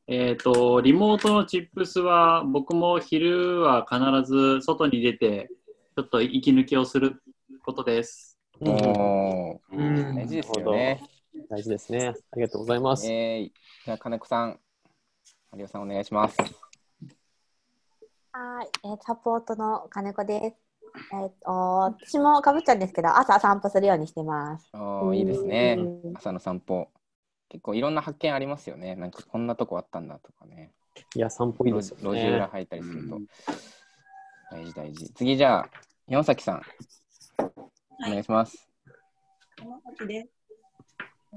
[SPEAKER 9] えっと、リモートのチップスは、僕も昼は必ず外に出て、ちょっと息抜きをすることです。
[SPEAKER 1] お
[SPEAKER 2] ー
[SPEAKER 1] 大事ですよね。
[SPEAKER 2] 大事ですね。ありがとうございます。
[SPEAKER 1] えー、じゃあ、金子さん、有吉さんお願いします。
[SPEAKER 6] はい、えーサポートの金子です。えーっと、私もかぶっちゃうんですけど、朝散歩するようにしてます。
[SPEAKER 1] おーいいですね。朝の散歩。結構いろんな発見ありますよね。なんかこんなとこあったんだとかね。
[SPEAKER 2] いや、散歩いいですよね。
[SPEAKER 1] 路地裏入ったりすると。大事大事。次じゃあ、山崎さん。お願いします。
[SPEAKER 11] 山崎です。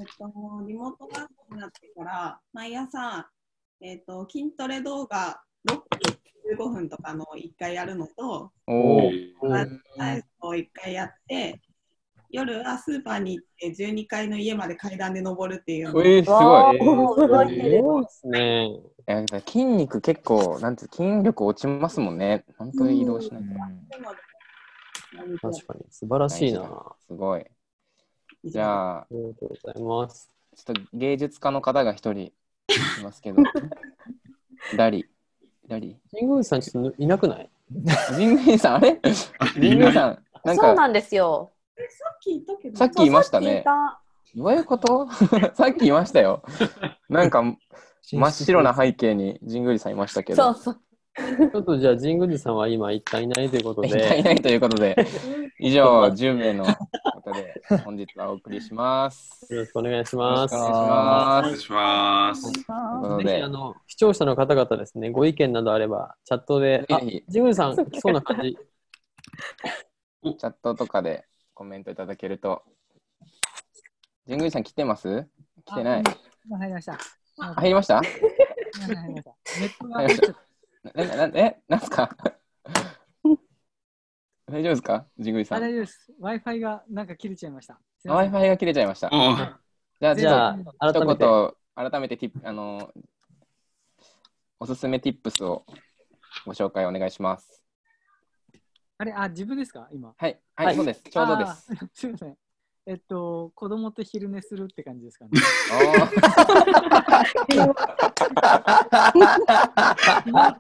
[SPEAKER 11] えっと、リモートワークになってから、毎朝、えっと、筋トレ動画6分、15分とかの1回やるのと、
[SPEAKER 1] お
[SPEAKER 11] ランチタイムを1回やって、夜はスーパーに行って12階の家まで階段で登るっていうのを。
[SPEAKER 1] えー、すごい。
[SPEAKER 11] えー
[SPEAKER 2] すね。
[SPEAKER 1] やだから筋肉結構、なんていう筋力落ちますもんね。本当に移動しないと。
[SPEAKER 2] 確かに、素晴らしいな。ありが
[SPEAKER 1] すごい。じゃあ、ち
[SPEAKER 2] ょとうございます。
[SPEAKER 1] っと芸術家の方が一人いますけど、 ダリ。 ダリ。
[SPEAKER 2] 神宮寺さん、ちょっといなくない
[SPEAKER 1] 神宮寺さん、あれ神宮寺さん、なん
[SPEAKER 6] そうな
[SPEAKER 1] か、
[SPEAKER 6] んですよ。
[SPEAKER 11] さっき言ったけ
[SPEAKER 1] さっきいましたねどういうことさっきいましたよ。なんか、真っ白な背景に神宮寺さんいましたけど、
[SPEAKER 6] そう。
[SPEAKER 2] ちょっとじゃあ、神宮寺さんは今、一旦いないということで。
[SPEAKER 1] いないいないということ で、以上、10名のことで、本日はお送りします。
[SPEAKER 2] よろしくお願いします。
[SPEAKER 1] よろしくお願いし
[SPEAKER 8] ます。
[SPEAKER 2] という
[SPEAKER 1] こと
[SPEAKER 2] ぜひ
[SPEAKER 1] で
[SPEAKER 2] あの視聴者の方々ですね、ご意見などあれば、チャットで、あ、ジムさん、来そうな感じ。
[SPEAKER 1] チャットとかでコメントいただけると。神宮寺さん来てます来てない。
[SPEAKER 12] 入りました。
[SPEAKER 1] あ入りま した
[SPEAKER 12] 入りました。ネットが
[SPEAKER 1] 入りました。なななえ、なんすか 大丈夫ですか神宮寺
[SPEAKER 12] あ
[SPEAKER 1] さん
[SPEAKER 12] 大。丈夫です。Wi-Fi がなんか切れちゃいました。すいません
[SPEAKER 1] Wi-Fi が切れちゃいました。じゃあ、
[SPEAKER 12] じゃあ
[SPEAKER 1] ちょっと
[SPEAKER 12] 改めて
[SPEAKER 1] 一言、改めてティップあの、おすすめ tips をご紹介お願いし ます。
[SPEAKER 12] あれ、あ、自分ですか今。
[SPEAKER 1] はい、はいそうですちょうどです
[SPEAKER 12] あー。すみません。えっと、子供と昼寝するって感じですかね。
[SPEAKER 8] や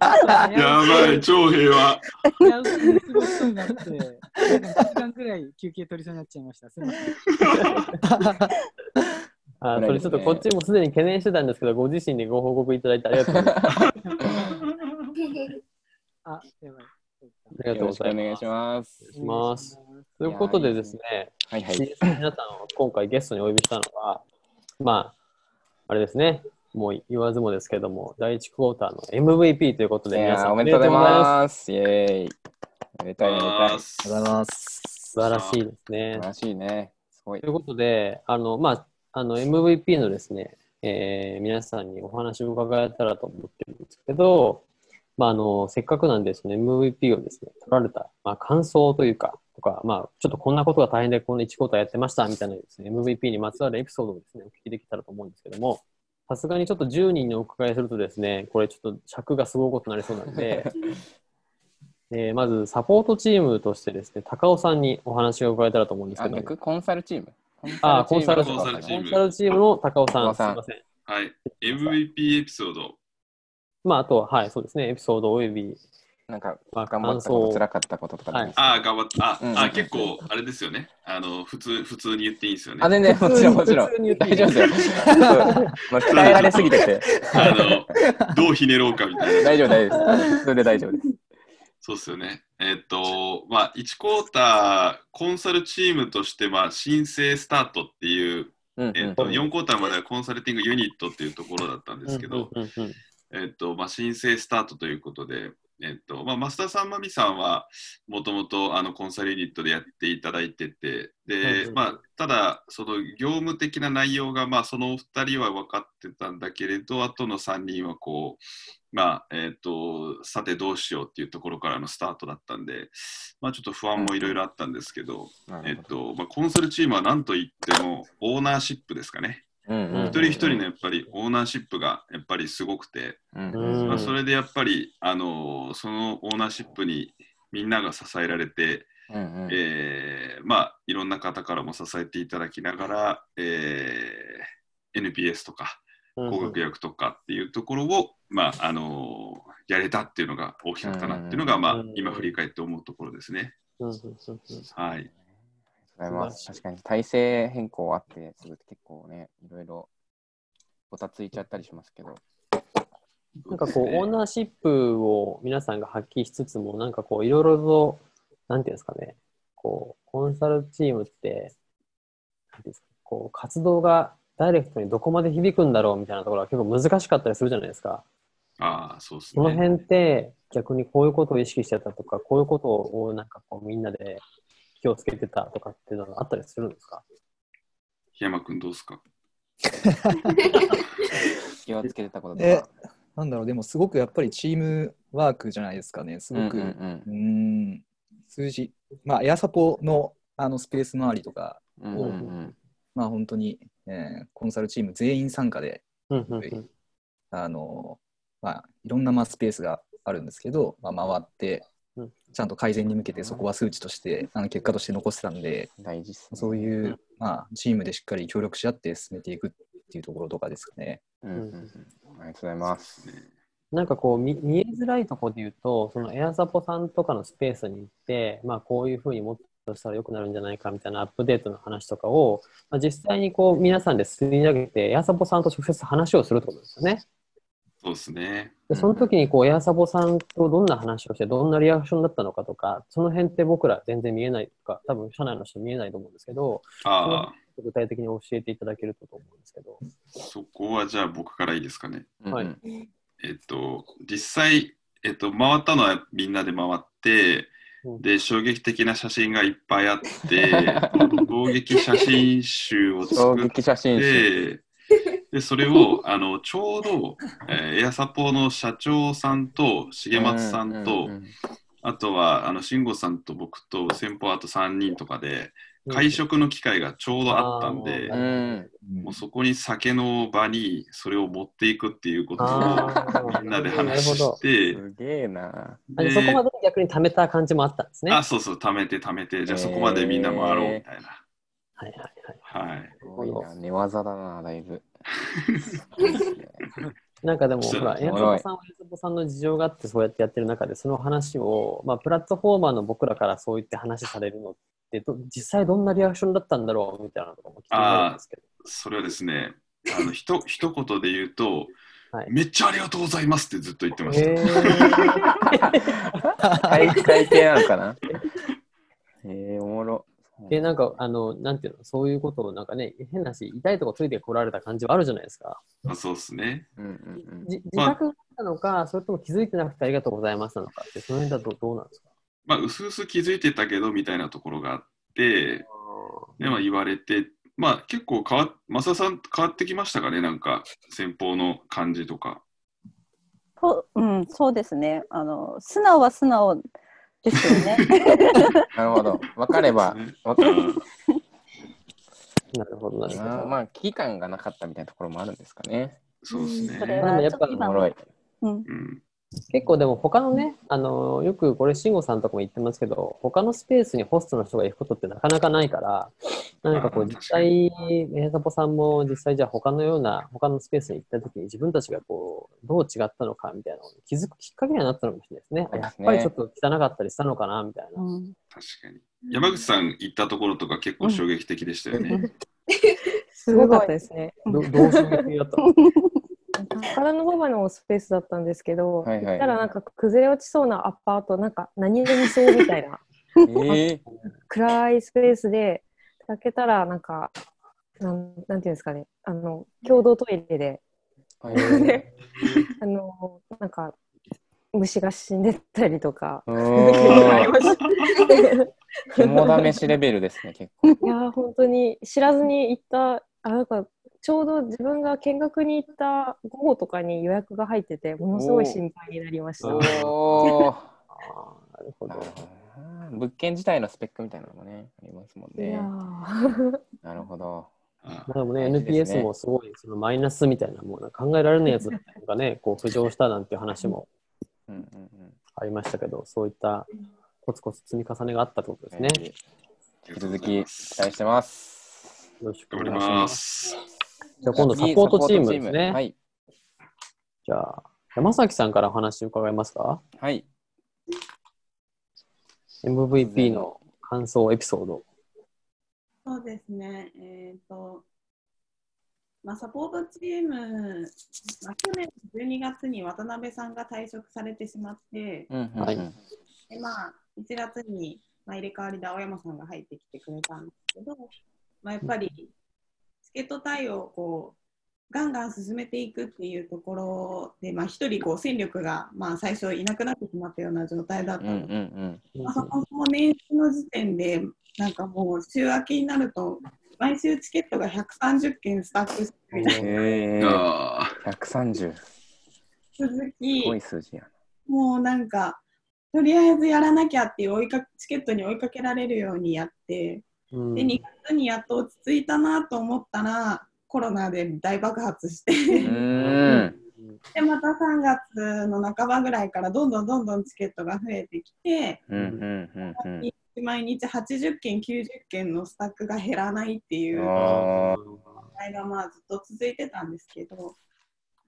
[SPEAKER 8] ばい、超平和。
[SPEAKER 12] いや、すごいことになって、なんか1時間ぐらい休憩取りそうになっちゃいました。すみません。
[SPEAKER 2] あ
[SPEAKER 12] ぐらいですね
[SPEAKER 2] それちょっとこっちもすでに懸念してたんですけど、ご自身でご報告いただいてありがとうござい ます。あ
[SPEAKER 12] あ、やばい。
[SPEAKER 2] りがとうございます。
[SPEAKER 1] よろしくお願いします。
[SPEAKER 2] しますということでですね、
[SPEAKER 1] はいはい
[SPEAKER 2] CS の皆さんを今回ゲストにお呼びしたのは、まあ、あれですね、もう言わずもですけども、第1クォーターの MVP ということ
[SPEAKER 1] い
[SPEAKER 2] で、
[SPEAKER 1] や
[SPEAKER 2] 皆
[SPEAKER 1] ー
[SPEAKER 2] さん
[SPEAKER 1] おめでとうござい
[SPEAKER 2] す。
[SPEAKER 1] ます。イェーイ。おめでたい、おめでたい。
[SPEAKER 8] あ
[SPEAKER 2] りがとうございます。素晴らしいですね。素晴
[SPEAKER 1] らしいね。すごい。
[SPEAKER 2] ということで、あの、まあ、あの、MVP のですね、えー皆さんにお話を伺えたらと思ってるんですけど、まあ、あの、せっかくなんで、その MVP をですね、取られた、まあ、感想というか、とか、まあ、ちょっとこんなことが大変で、この1クォーターやってました、みたいなですね、MVP にまつわるエピソードをですね、お聞きできたらと思うんですけども、さすがにちょっと10人にお伺いするとですね、これちょっと尺がすごいことになりそうなんで、えーまずサポートチームとしてですね、高尾さんにお話を伺えたらと思うんですけ
[SPEAKER 1] あ、
[SPEAKER 2] ど、
[SPEAKER 1] 逆コンサルチーム。
[SPEAKER 2] あ、コンサル
[SPEAKER 1] チ
[SPEAKER 2] チ
[SPEAKER 1] ー
[SPEAKER 2] ー
[SPEAKER 1] ム
[SPEAKER 2] ム。コ
[SPEAKER 1] コンサル
[SPEAKER 2] ン
[SPEAKER 1] チーム
[SPEAKER 2] サルチームの高尾さ
[SPEAKER 1] 高尾
[SPEAKER 2] ん、す
[SPEAKER 1] さん
[SPEAKER 2] みません。
[SPEAKER 8] はい。MVP エピソード。
[SPEAKER 2] まあ、あとは、はい、そうですね、エピソードおよび、
[SPEAKER 1] なんか、
[SPEAKER 2] 頑
[SPEAKER 1] 張ったこと辛かったこととかでもいいです
[SPEAKER 8] ああ、頑張った。あ、
[SPEAKER 1] うんうん
[SPEAKER 8] あ結構、あれですよね。あの、普通、普通に言っていいんですよね。
[SPEAKER 1] あ、全然、もちろん、もちろん。大丈夫ですよ。 まあ、鍛えられすぎてて。
[SPEAKER 8] あの、どうひねろうかみたいな。
[SPEAKER 1] 大丈夫、大丈夫です。それで大丈夫です。
[SPEAKER 8] そうですよね。えっと、まあ、1クォーター、コンサルチームとして、まあ、申請スタートっていう、
[SPEAKER 1] うん
[SPEAKER 8] えっと、4クォーターまではコンサルティングユニットっていうところだったんですけど、
[SPEAKER 2] うんうんうんうん
[SPEAKER 8] えっと、まあ、申請スタートということで、えっとまあ、増田さん、真美さんはもともとあのコンサルユニットでやっていただいてて、
[SPEAKER 13] はいは
[SPEAKER 8] で
[SPEAKER 13] い
[SPEAKER 8] まあ、ただ、その業務的な内容が、まあ、そのお二人は分かってたんだけれど、あとの3人はこう、まあえっとさてどうしようっていうところからのスタートだったんで、まあ、ちょっと不安もいろいろあったんですけど、
[SPEAKER 13] な
[SPEAKER 8] えっとまあ、コンサルチームはなんといってもオーナーシップですかね。
[SPEAKER 13] うんうん
[SPEAKER 8] 一人一人のやっぱりオーナーシップがやっぱりすごくて、
[SPEAKER 13] うん
[SPEAKER 8] まあ、それでやっぱり、あのーそのオーナーシップにみんなが支えられて、
[SPEAKER 13] うん
[SPEAKER 8] えーまあ、いろんな方からも支えていただきながら、えー NPS とか
[SPEAKER 13] うんうん
[SPEAKER 8] 工学薬とかっていうところを、まああのーやれたっていうのが大きかったなっていうのが、まあ、今振り返って思うところですね。
[SPEAKER 2] うんうんうんうん
[SPEAKER 8] はい、
[SPEAKER 1] ありがとうございます確かに体制変更あって、すぐ結構ね、いろいろごたついちゃったりしますけど。
[SPEAKER 2] なんかこう、オーナーシップを皆さんが発揮しつつも、なんかこう、いろいろと、なんていうんですかね、こう、コンサルチームって、なんていうんですか、こう、活動がダイレクトにどこまで響くんだろうみたいなところは結構難しかったりするじゃないですか。
[SPEAKER 8] ああ、そうです
[SPEAKER 2] その
[SPEAKER 8] ね。
[SPEAKER 2] 辺って、逆にこういうことを意識してたとか、こういうことをなんかこう、みんなで気をつけてたとかっていうのがあったりするんですか
[SPEAKER 8] 檜山君どうですか
[SPEAKER 1] 気をつけてたことと
[SPEAKER 4] え
[SPEAKER 1] か。
[SPEAKER 4] なんだろうでもすごくやっぱりチームワークじゃないですかねすごく
[SPEAKER 1] うんうん
[SPEAKER 4] ーん数字まあエアサポのあのスペース周りとかを、
[SPEAKER 1] うんうんうん
[SPEAKER 4] まあ本当に、えーコンサルチーム全員参加で、
[SPEAKER 2] うんうん
[SPEAKER 4] あのまあいろんなまあスペースがあるんですけど、まあ、回って
[SPEAKER 2] うん
[SPEAKER 4] ちゃんと改善に向けてそこは数値としてあの結果として残してたんでそういう、まあ、チームでしっかり協力し合って進めていくっていうところとかですかね。
[SPEAKER 1] ありがとうございます。
[SPEAKER 2] なんかこう見見えづらいところで言うと、そのエアサポさんとかのスペースに行って、まあ、こういうふうにもっとしたら良くなるんじゃないかみたいなアップデートの話とかを、まあ、実際にこう皆さんで吸い上げて、エアサポさんと直接話をするってことですよね。
[SPEAKER 8] そうですね。
[SPEAKER 2] でその時にこうエアサポさんとどんな話をして、どんなリアクションだったのかとか、その辺って僕ら全然見えないとか、多分社内の人見えないと思うんですけど、
[SPEAKER 8] ああ、
[SPEAKER 2] その具体的に教えていただけるとと思うんですけど。
[SPEAKER 8] そこはじゃあ僕からいいですかね。
[SPEAKER 2] はい
[SPEAKER 8] えっと、実際、えっと、回ったのはみんなで回って、で、衝撃的な写真がいっぱいあって、衝撃写真集を
[SPEAKER 1] 衝
[SPEAKER 8] 作っ
[SPEAKER 1] 撃写真
[SPEAKER 8] て
[SPEAKER 1] 集、
[SPEAKER 8] で、 それを、あの、ちょうど、えーエアサポの社長さんと、重松さんと、あとは、あの、慎吾さんと僕と、先方あと3人とかで、会食の機会がちょうどあったんで、もうそこに酒の場にそれを持っていくっていうことをみんなで話して、
[SPEAKER 1] すげえな。
[SPEAKER 2] あ
[SPEAKER 8] で
[SPEAKER 2] でそこまで逆に貯めた感じもあったんですね。
[SPEAKER 8] あ、そうそう、貯めて貯めて、じゃあそこまでみんな回ろうみたいな。
[SPEAKER 2] はいはい
[SPEAKER 8] はい。はい。
[SPEAKER 1] すごいな、寝技だな、だ いぶ。
[SPEAKER 2] なんかでも、
[SPEAKER 1] そう
[SPEAKER 2] ほら、
[SPEAKER 1] お
[SPEAKER 2] エア
[SPEAKER 1] も
[SPEAKER 2] サ
[SPEAKER 1] ろ
[SPEAKER 2] ポ
[SPEAKER 1] い
[SPEAKER 2] さんはエアサポさんの事情があって、そうやってやってる中で、その話を、まあ、プラットフォーマーの僕らからそう言って話されるのって、ど実際どんなリアクションだったんだろうみたいなのとかも聞いて
[SPEAKER 8] ああ、それはですね、あのひと 一言で言うと、めっちゃありがとうございますってずっと言ってました。
[SPEAKER 1] 体体系なのかな えー、おもろ。
[SPEAKER 2] で、なんか、あの、なんていうの、そういうことを、なんかね、変なし、痛いとこついてこられた感じはあるじゃないですか。
[SPEAKER 8] あ そうですね。
[SPEAKER 2] じ自覚があったのか、それとも気づいてなくてありがとうございますなのかって、その辺だとどうなんですか
[SPEAKER 8] まあ、うすうす気づいてたけどみたいなところがあって、でまあ、言われて、まあ、結構変わ、増田さん、変わってきましたかね、なんか、先方の感じとか。
[SPEAKER 3] とうん、 そうですね。あの素直は素直ですよね。
[SPEAKER 1] なるほど。分かれば、わか
[SPEAKER 2] なるほど、な
[SPEAKER 1] るほど。まあ、危機感がなかったみたいなところもあるんですかね。
[SPEAKER 8] そうです
[SPEAKER 2] ねそれはちょっと今
[SPEAKER 1] おもろい。
[SPEAKER 2] 結構でも他のね、あのよくこれ、慎吾さんとかも言ってますけど、他のスペースにホストの人が行くことってなかなかないから、なんかこう、実際、宮迫さんも実際、じゃあ他のような、他のスペースに行った時に自分たちがこう、どう違ったのかみたいなのを気づくきっかけにはなったのかもしれないですね。
[SPEAKER 8] そうで
[SPEAKER 2] やっ
[SPEAKER 8] すね
[SPEAKER 2] ぱりちょっと汚かったりしたのかなみたいな。
[SPEAKER 8] 確かに。山口さん行ったところとか結構衝撃的でしたよね。
[SPEAKER 10] すごかったですね。
[SPEAKER 2] どどう衝撃だったの
[SPEAKER 10] 宝の馬場のスペースだったんですけど、
[SPEAKER 8] はいはい
[SPEAKER 10] 行ったらなんか崩れ落ちそうなアパート、なんか何々そうみたいな
[SPEAKER 1] え
[SPEAKER 10] 暗いスペースで、開けたらなんか、なんなんていうんですかね、あの、共同トイレで、
[SPEAKER 1] ー、
[SPEAKER 10] あの、なんか、虫が死んでたりとか。
[SPEAKER 1] お
[SPEAKER 10] い
[SPEAKER 1] 肝試しレベルですね、結構。
[SPEAKER 10] やー本当に知らずに行ったあなんかちょうど自分が見学に行った午後とかに予約が入っててものすごい心配になりました。
[SPEAKER 1] おーなるほど。物件自体のスペックみたいなのもね、ありますもん
[SPEAKER 10] い
[SPEAKER 1] ね
[SPEAKER 10] や。ー
[SPEAKER 1] なるほど。
[SPEAKER 2] まあでもね、
[SPEAKER 1] 大事ですね
[SPEAKER 2] NPS もすごいそのマイナスみたいな、もうなんか考えられないやつが ね、こう浮上したなんていう話もありましたけど、そういったコツコツ積み重ねがあったってことですね。
[SPEAKER 1] 引き続き期待してます。
[SPEAKER 2] よろしく
[SPEAKER 1] お
[SPEAKER 2] 願いしますじゃあ今度サ
[SPEAKER 1] 次
[SPEAKER 2] ポートチームです
[SPEAKER 1] サポートチー
[SPEAKER 2] ね。
[SPEAKER 1] ムはい。
[SPEAKER 2] じゃあ、山崎さんからお話伺えますか
[SPEAKER 1] はい。
[SPEAKER 2] ?MVP の感想エピソード。
[SPEAKER 11] そうですね、えーとまあ、サポートチーム、まあ、去年12月に渡辺さんが退職されてしまって、
[SPEAKER 1] うんうんうん
[SPEAKER 11] でまあ、1月に、まあ、入れ替わりで青山さんが入ってきてくれたんですけど、まあ、やっぱり助っ人対応をこうガンガン進めていくっていうところで、まあ、1人こう戦力が、まあ、最初いなくなってしまったような状態だった
[SPEAKER 1] うん
[SPEAKER 11] ので
[SPEAKER 1] うん
[SPEAKER 11] まあ、そもそも年始の時点で、なんかもう週明けになると、毎週チケットが130件スタッフして
[SPEAKER 1] うん。
[SPEAKER 11] みたいな
[SPEAKER 1] へえ。130。
[SPEAKER 11] 続
[SPEAKER 1] すごい
[SPEAKER 11] き、
[SPEAKER 1] 数字や
[SPEAKER 11] もうなんか、とりあえずやらなきゃっていう追いかチケットに追いかけられるようにやって、
[SPEAKER 2] な。
[SPEAKER 11] で2月にやっと落ち着いたなと思ったら、コロナで大爆発して、
[SPEAKER 1] うん。
[SPEAKER 11] でまた3月の半ばぐらいからどんどんどんどんチケットが増えてきて、
[SPEAKER 1] うんうんうんうん。
[SPEAKER 11] 毎日80件、90件のスタックが減らないっていう
[SPEAKER 1] あ
[SPEAKER 11] 状態がまあずっと続いてたんですけど、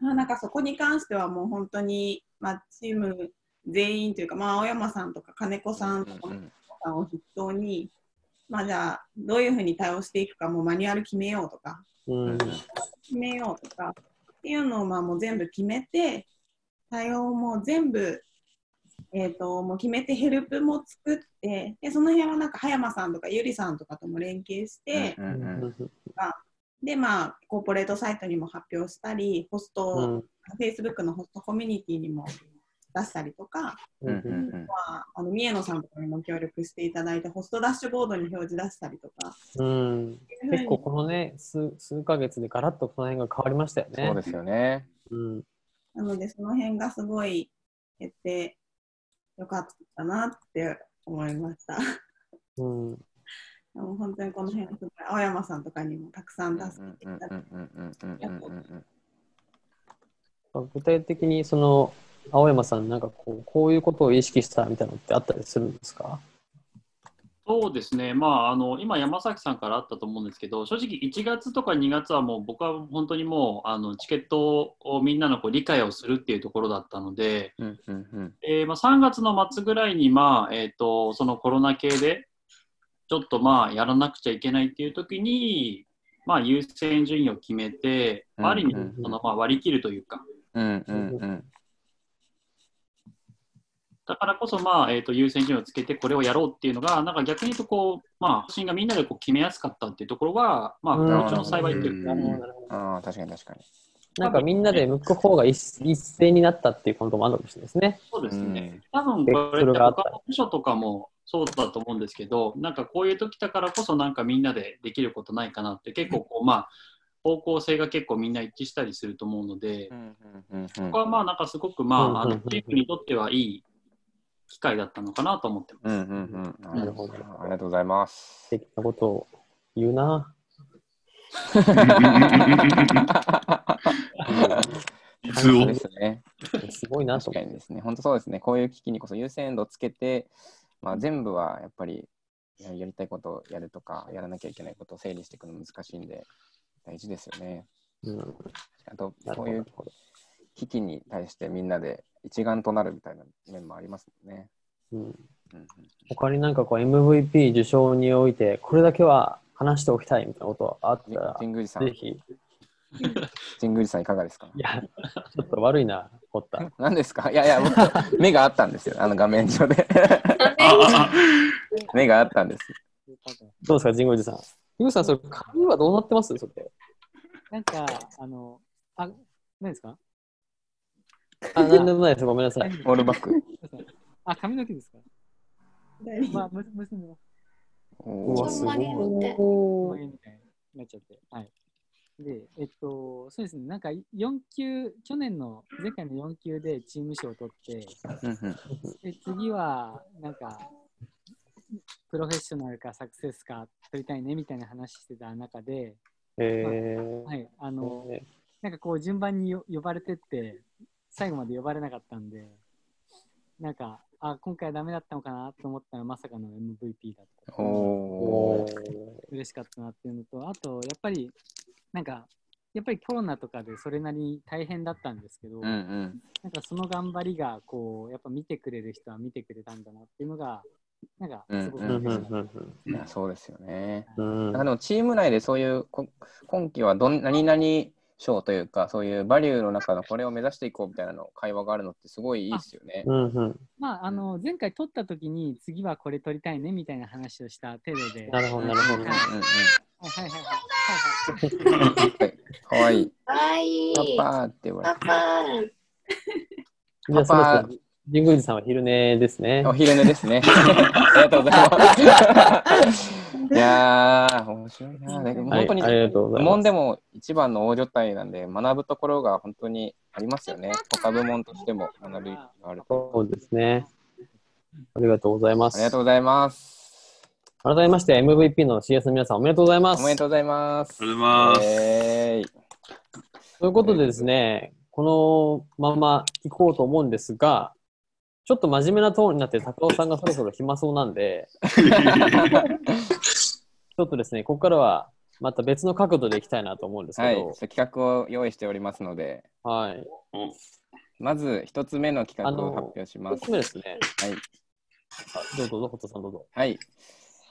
[SPEAKER 11] まあ、なんかそこに関してはもう本当に、まあ、チーム全員というか、まあ、青山さんとか金子さんとかさんを筆頭に、まあ、じゃあどういうふうに対応していくかもうマニュアル決めようとか
[SPEAKER 2] うん。
[SPEAKER 11] 決めようとかっていうのをまあもう全部決めて対応も全部、えー、ともう決めてヘルプも作ってでその辺はなんか葉山さんとかゆりさんとかとも連携して、でまあコーポレートサイトにも発表したりホスト、Facebook のホストコミュニティにも出したりとか、
[SPEAKER 1] うんうんう
[SPEAKER 11] まあ、あの三重野さんとかにも協力していただいてホストダッシュボードに表示出したりとか。
[SPEAKER 2] うん、結構このね数、数ヶ月でガラッとこの辺が変わりましたよね。
[SPEAKER 1] そうですよね。
[SPEAKER 2] うん、
[SPEAKER 11] なので、その辺がすごい減ってよかったなって思いました。
[SPEAKER 2] うん、
[SPEAKER 11] でも本当にこの辺、すごい青山さんとかにもたくさん出す。
[SPEAKER 1] うんうんうんうんうんうん
[SPEAKER 2] 具体的にその青山さんなんかこうこういうことを意識したみたいなのってあったりするんですか
[SPEAKER 9] そうですね、まあ、あの今、山崎さんからあったと思うんですけど、正直1月とか2月はもう僕は本当にもうあのチケットをみんなのこう理解をするっていうところだったので、
[SPEAKER 1] うんうんうん
[SPEAKER 9] えーまあ、3月の末ぐらいに、まあえー、とそのコロナ系でちょっとまあやらなくちゃいけないっていう時に、まあ、優先順位を決めて、まあある意味
[SPEAKER 1] うんうんう
[SPEAKER 9] そ
[SPEAKER 1] ん
[SPEAKER 9] のまあ割り切るというか、
[SPEAKER 1] うんうんうん
[SPEAKER 9] だからこそ、まあえー、と優先順位をつけてこれをやろうっていうのがなんか逆に言うとこう、まあ、方針がみんなでこう決めやすかったっていうところは、まあ、
[SPEAKER 2] うん
[SPEAKER 9] 不調の幸いというか、
[SPEAKER 1] ああ、確かに確かに。
[SPEAKER 2] なんかみんなで向く方が一一斉になったっていうこともあるかもしれないですね。
[SPEAKER 9] そうですね。多分
[SPEAKER 2] ベ
[SPEAKER 9] こ
[SPEAKER 2] ク
[SPEAKER 9] れ
[SPEAKER 2] ト
[SPEAKER 9] って
[SPEAKER 2] ルがあっ
[SPEAKER 9] 他
[SPEAKER 2] た
[SPEAKER 9] の部署とかもそうだと思うんですけど、なんかこういう時だからこそなんかみんなでできることないかなって結構こう、まあ、方向性が結構みんな一致したりすると思うので、
[SPEAKER 1] うん
[SPEAKER 9] そこはまあなんかすごくまあ、あ
[SPEAKER 1] うん
[SPEAKER 9] のチームにとってはいい機会だったのかなと思ってます。
[SPEAKER 1] うんうんうん。
[SPEAKER 9] なるほど
[SPEAKER 1] ありがとうございます。
[SPEAKER 2] 素敵なことを言うな。
[SPEAKER 1] 水をですね。
[SPEAKER 2] すごいな
[SPEAKER 1] 確かにですね。本当そうですね。こういう危機にこそ優先度をつけて、まあ、全部はやっぱりややりたいことをやるとか、やらなきゃいけないことを整理していくの難しいんで、大事ですよね。
[SPEAKER 2] うん、
[SPEAKER 1] あと、
[SPEAKER 2] なる
[SPEAKER 1] こ
[SPEAKER 2] ほど
[SPEAKER 1] ういう危機に対してみんなで一丸となるみたいな面もありますもんね。
[SPEAKER 2] うん
[SPEAKER 1] うん
[SPEAKER 2] 他になんかこう MVP 受賞においてこれだけは話しておきたいみたいなことあったら、
[SPEAKER 1] 神宮寺さん、
[SPEAKER 2] ぜ
[SPEAKER 1] 神
[SPEAKER 2] ひ
[SPEAKER 1] 宮寺さんいかがですか
[SPEAKER 2] いや、ちょっと悪いな、掘った。
[SPEAKER 1] 何ですかいやいや、僕目があったんですよ、あの画面上で。目があったんです。
[SPEAKER 2] どうですか、神宮寺さん。神宮寺さん、それ、髪はどうなってますそれ。
[SPEAKER 12] なんか、あの、あ、何ですか
[SPEAKER 2] あ、なんでもないです。ごめんなさ い。
[SPEAKER 1] オールバック。
[SPEAKER 12] あ、髪の毛ですかまあ、む結んでます。
[SPEAKER 2] うわ、すごい。
[SPEAKER 12] おーみたいになっちゃって。はい。で、えっと、そうですね、なんか四級、去年の、前回の4級でチーム賞を取って、で次は、なんか、プロフェッショナルかサクセスか取りたいねみたいな話してた中で、
[SPEAKER 2] えー
[SPEAKER 12] はい、あの、なんかこう順番によ呼ばれてって、最後まで呼ばれなかったんで、なんか、あ、今回はダメだったのかなと思ったらまさかの MVP だった。
[SPEAKER 1] おー
[SPEAKER 12] 嬉しかったなっていうのと、あと、やっぱり、なんか、やっぱりコロナとかでそれなりに大変だったんですけど、
[SPEAKER 1] うんうん。
[SPEAKER 12] なんかその頑張りが、こう、やっぱ見てくれる人は見てくれたんだなっていうのが、なんか、
[SPEAKER 1] うん
[SPEAKER 12] すごく
[SPEAKER 1] う
[SPEAKER 12] 嬉しい
[SPEAKER 1] んうんいやそうですよね。なんかでもチーム内でそういうこ今期はどん何々賞というかそういうバリューの中のこれを目指していこうみたいなの会話があるのってすごいいいですよね。
[SPEAKER 2] うんうん。
[SPEAKER 12] まあ、あの、前回取った時に、次はこれ取りたいねみたいな話をした程度で。
[SPEAKER 2] なるほどなるほど
[SPEAKER 12] はいはいはいはいはいは い。
[SPEAKER 1] かわいい。
[SPEAKER 7] かわいい。
[SPEAKER 2] パパーって
[SPEAKER 1] 言わ
[SPEAKER 2] れて
[SPEAKER 7] パパー
[SPEAKER 2] じゃあ、そろそろ、神宮寺さんは昼寝ですね。
[SPEAKER 1] お昼寝です ね。ありがとうござい ます。いやー、面白いな。だけど
[SPEAKER 2] はい
[SPEAKER 1] 本当に、
[SPEAKER 2] ありがとうございます
[SPEAKER 1] 部門でも一番の大所帯なんで、学ぶところが本当にありますよね。他部門としても学びがあると。
[SPEAKER 2] そうですね。ありがとうございます。
[SPEAKER 1] ありがとうございます。
[SPEAKER 2] 改めまして、MVP の CS の皆さん、おめでとうございます。
[SPEAKER 1] おめでとうございます。
[SPEAKER 8] ありがとうございます
[SPEAKER 1] えー
[SPEAKER 2] ということでですね、このまま行こうと思うんですが、ちょっと真面目なトーンになって、高尾さんがそろそろ暇そうなん で、ちょっとですね、ここからはまた別の角度でいきたいなと思うんです
[SPEAKER 1] は
[SPEAKER 2] け
[SPEAKER 1] い、ち
[SPEAKER 2] ど
[SPEAKER 1] ょっ、と企画を用意しておりますので、
[SPEAKER 2] はい、
[SPEAKER 1] まず一つ目の企画を発表します。
[SPEAKER 2] 一つ目ですね。
[SPEAKER 1] はい。
[SPEAKER 2] あどうぞ、どうぞ、ホットさんどうぞ。
[SPEAKER 1] はい。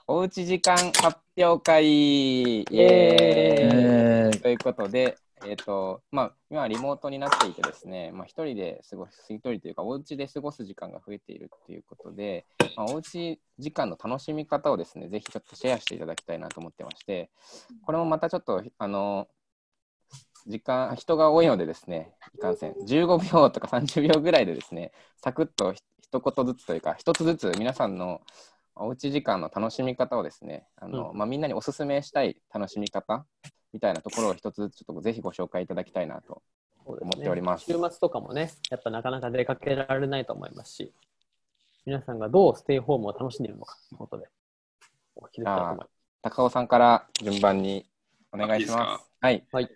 [SPEAKER 1] おうち時間発表会イエーイ
[SPEAKER 2] エーイ
[SPEAKER 1] ということで、えっ、と、まあ、今はリモートになっていてですね、まあ、一人で過ごす、一人というか、おうちで過ごす時間が増えているということで、まあ、おうち時間の楽しみ方をですね、ぜひちょっとシェアしていただきたいなと思ってまして、これもまたちょっと、あの、時間、人が多いのでですね、いかんせん、15秒とか30秒ぐらいでですね、サクッとひ一言ずつというか、一つずつ皆さんのおうち時間の楽しみ方をですね、あの
[SPEAKER 2] う
[SPEAKER 1] まあ、みんなにおすすめしたい楽しみ方みたいなところを一つずつちょっとぜひご紹介いただきたいなと
[SPEAKER 2] 思
[SPEAKER 1] っております。
[SPEAKER 2] 週末とかもね、やっぱなかなか出かけられないと思いますし、皆さんがどうステイホームを楽しんでいるのかということで、お聞きできたらと思います。
[SPEAKER 1] 高尾さんから順番にお願いします。はい。
[SPEAKER 2] はい。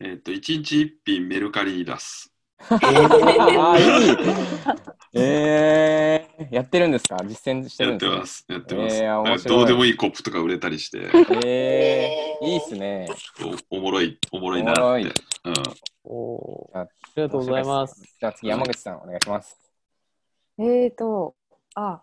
[SPEAKER 8] えっと、一日一品メルカリに出す。
[SPEAKER 1] あいい。えー、やってるんですか実践してる
[SPEAKER 8] やっ
[SPEAKER 1] ん
[SPEAKER 8] て
[SPEAKER 1] ですか
[SPEAKER 8] ます。やってます。
[SPEAKER 1] えー、
[SPEAKER 8] なん
[SPEAKER 1] 面
[SPEAKER 8] かどうで
[SPEAKER 1] 白
[SPEAKER 8] も
[SPEAKER 1] い。
[SPEAKER 8] いいコップとか売れたりして、
[SPEAKER 1] えー、いいっすね。
[SPEAKER 8] おおもろい、おもろいな
[SPEAKER 1] おもろ
[SPEAKER 8] っ
[SPEAKER 1] い
[SPEAKER 8] て。うん、
[SPEAKER 2] お
[SPEAKER 1] あ
[SPEAKER 2] りがとうございます。
[SPEAKER 1] じゃあ次、山口さん、お願いします。
[SPEAKER 10] えーと、あ、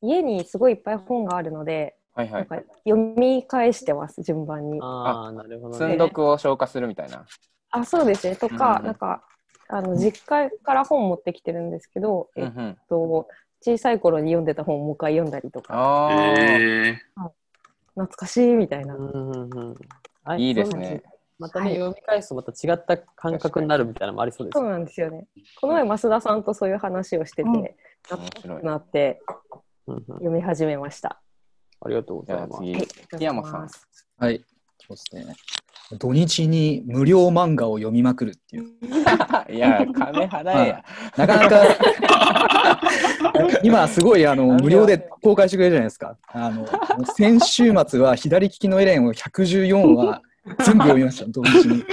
[SPEAKER 10] 家にすごいいっぱい本があるので、
[SPEAKER 1] はいは
[SPEAKER 10] なん
[SPEAKER 1] い
[SPEAKER 10] か。読み返してます、順番に。
[SPEAKER 2] ああ、なるほど
[SPEAKER 1] 積んどくを消化するみたいな。
[SPEAKER 10] あそうですね。と
[SPEAKER 1] うん
[SPEAKER 10] か、
[SPEAKER 1] うん
[SPEAKER 10] なんか、あの、実家から本持ってきてるんですけど、
[SPEAKER 1] うんう
[SPEAKER 10] えっ
[SPEAKER 1] ん。
[SPEAKER 10] と、小さい頃に読んでた本をもう一回読んだりとか、
[SPEAKER 1] あー、
[SPEAKER 8] え
[SPEAKER 10] 懐かしいみたいな。
[SPEAKER 2] はい
[SPEAKER 1] いいですね。
[SPEAKER 2] またね、読み返すとまた違った感覚になるみたいなのもありそうです
[SPEAKER 10] そ
[SPEAKER 2] ね。
[SPEAKER 10] うなんですよね。この前、増田さんとそういう話をしてて、
[SPEAKER 1] 白い
[SPEAKER 10] なって
[SPEAKER 2] うんうん
[SPEAKER 10] 読み始めました。
[SPEAKER 2] ありがとうございます。
[SPEAKER 1] じゃあ次、木山さん。
[SPEAKER 4] はい。そうですね。土日に無料漫画を読みまくるっていう。
[SPEAKER 1] いや、金払えや。
[SPEAKER 4] なかな か、今すごいあの無料で公開してくれるじゃないですか。あの先週末は左利きのエレンを114話全部読みま した、同時に。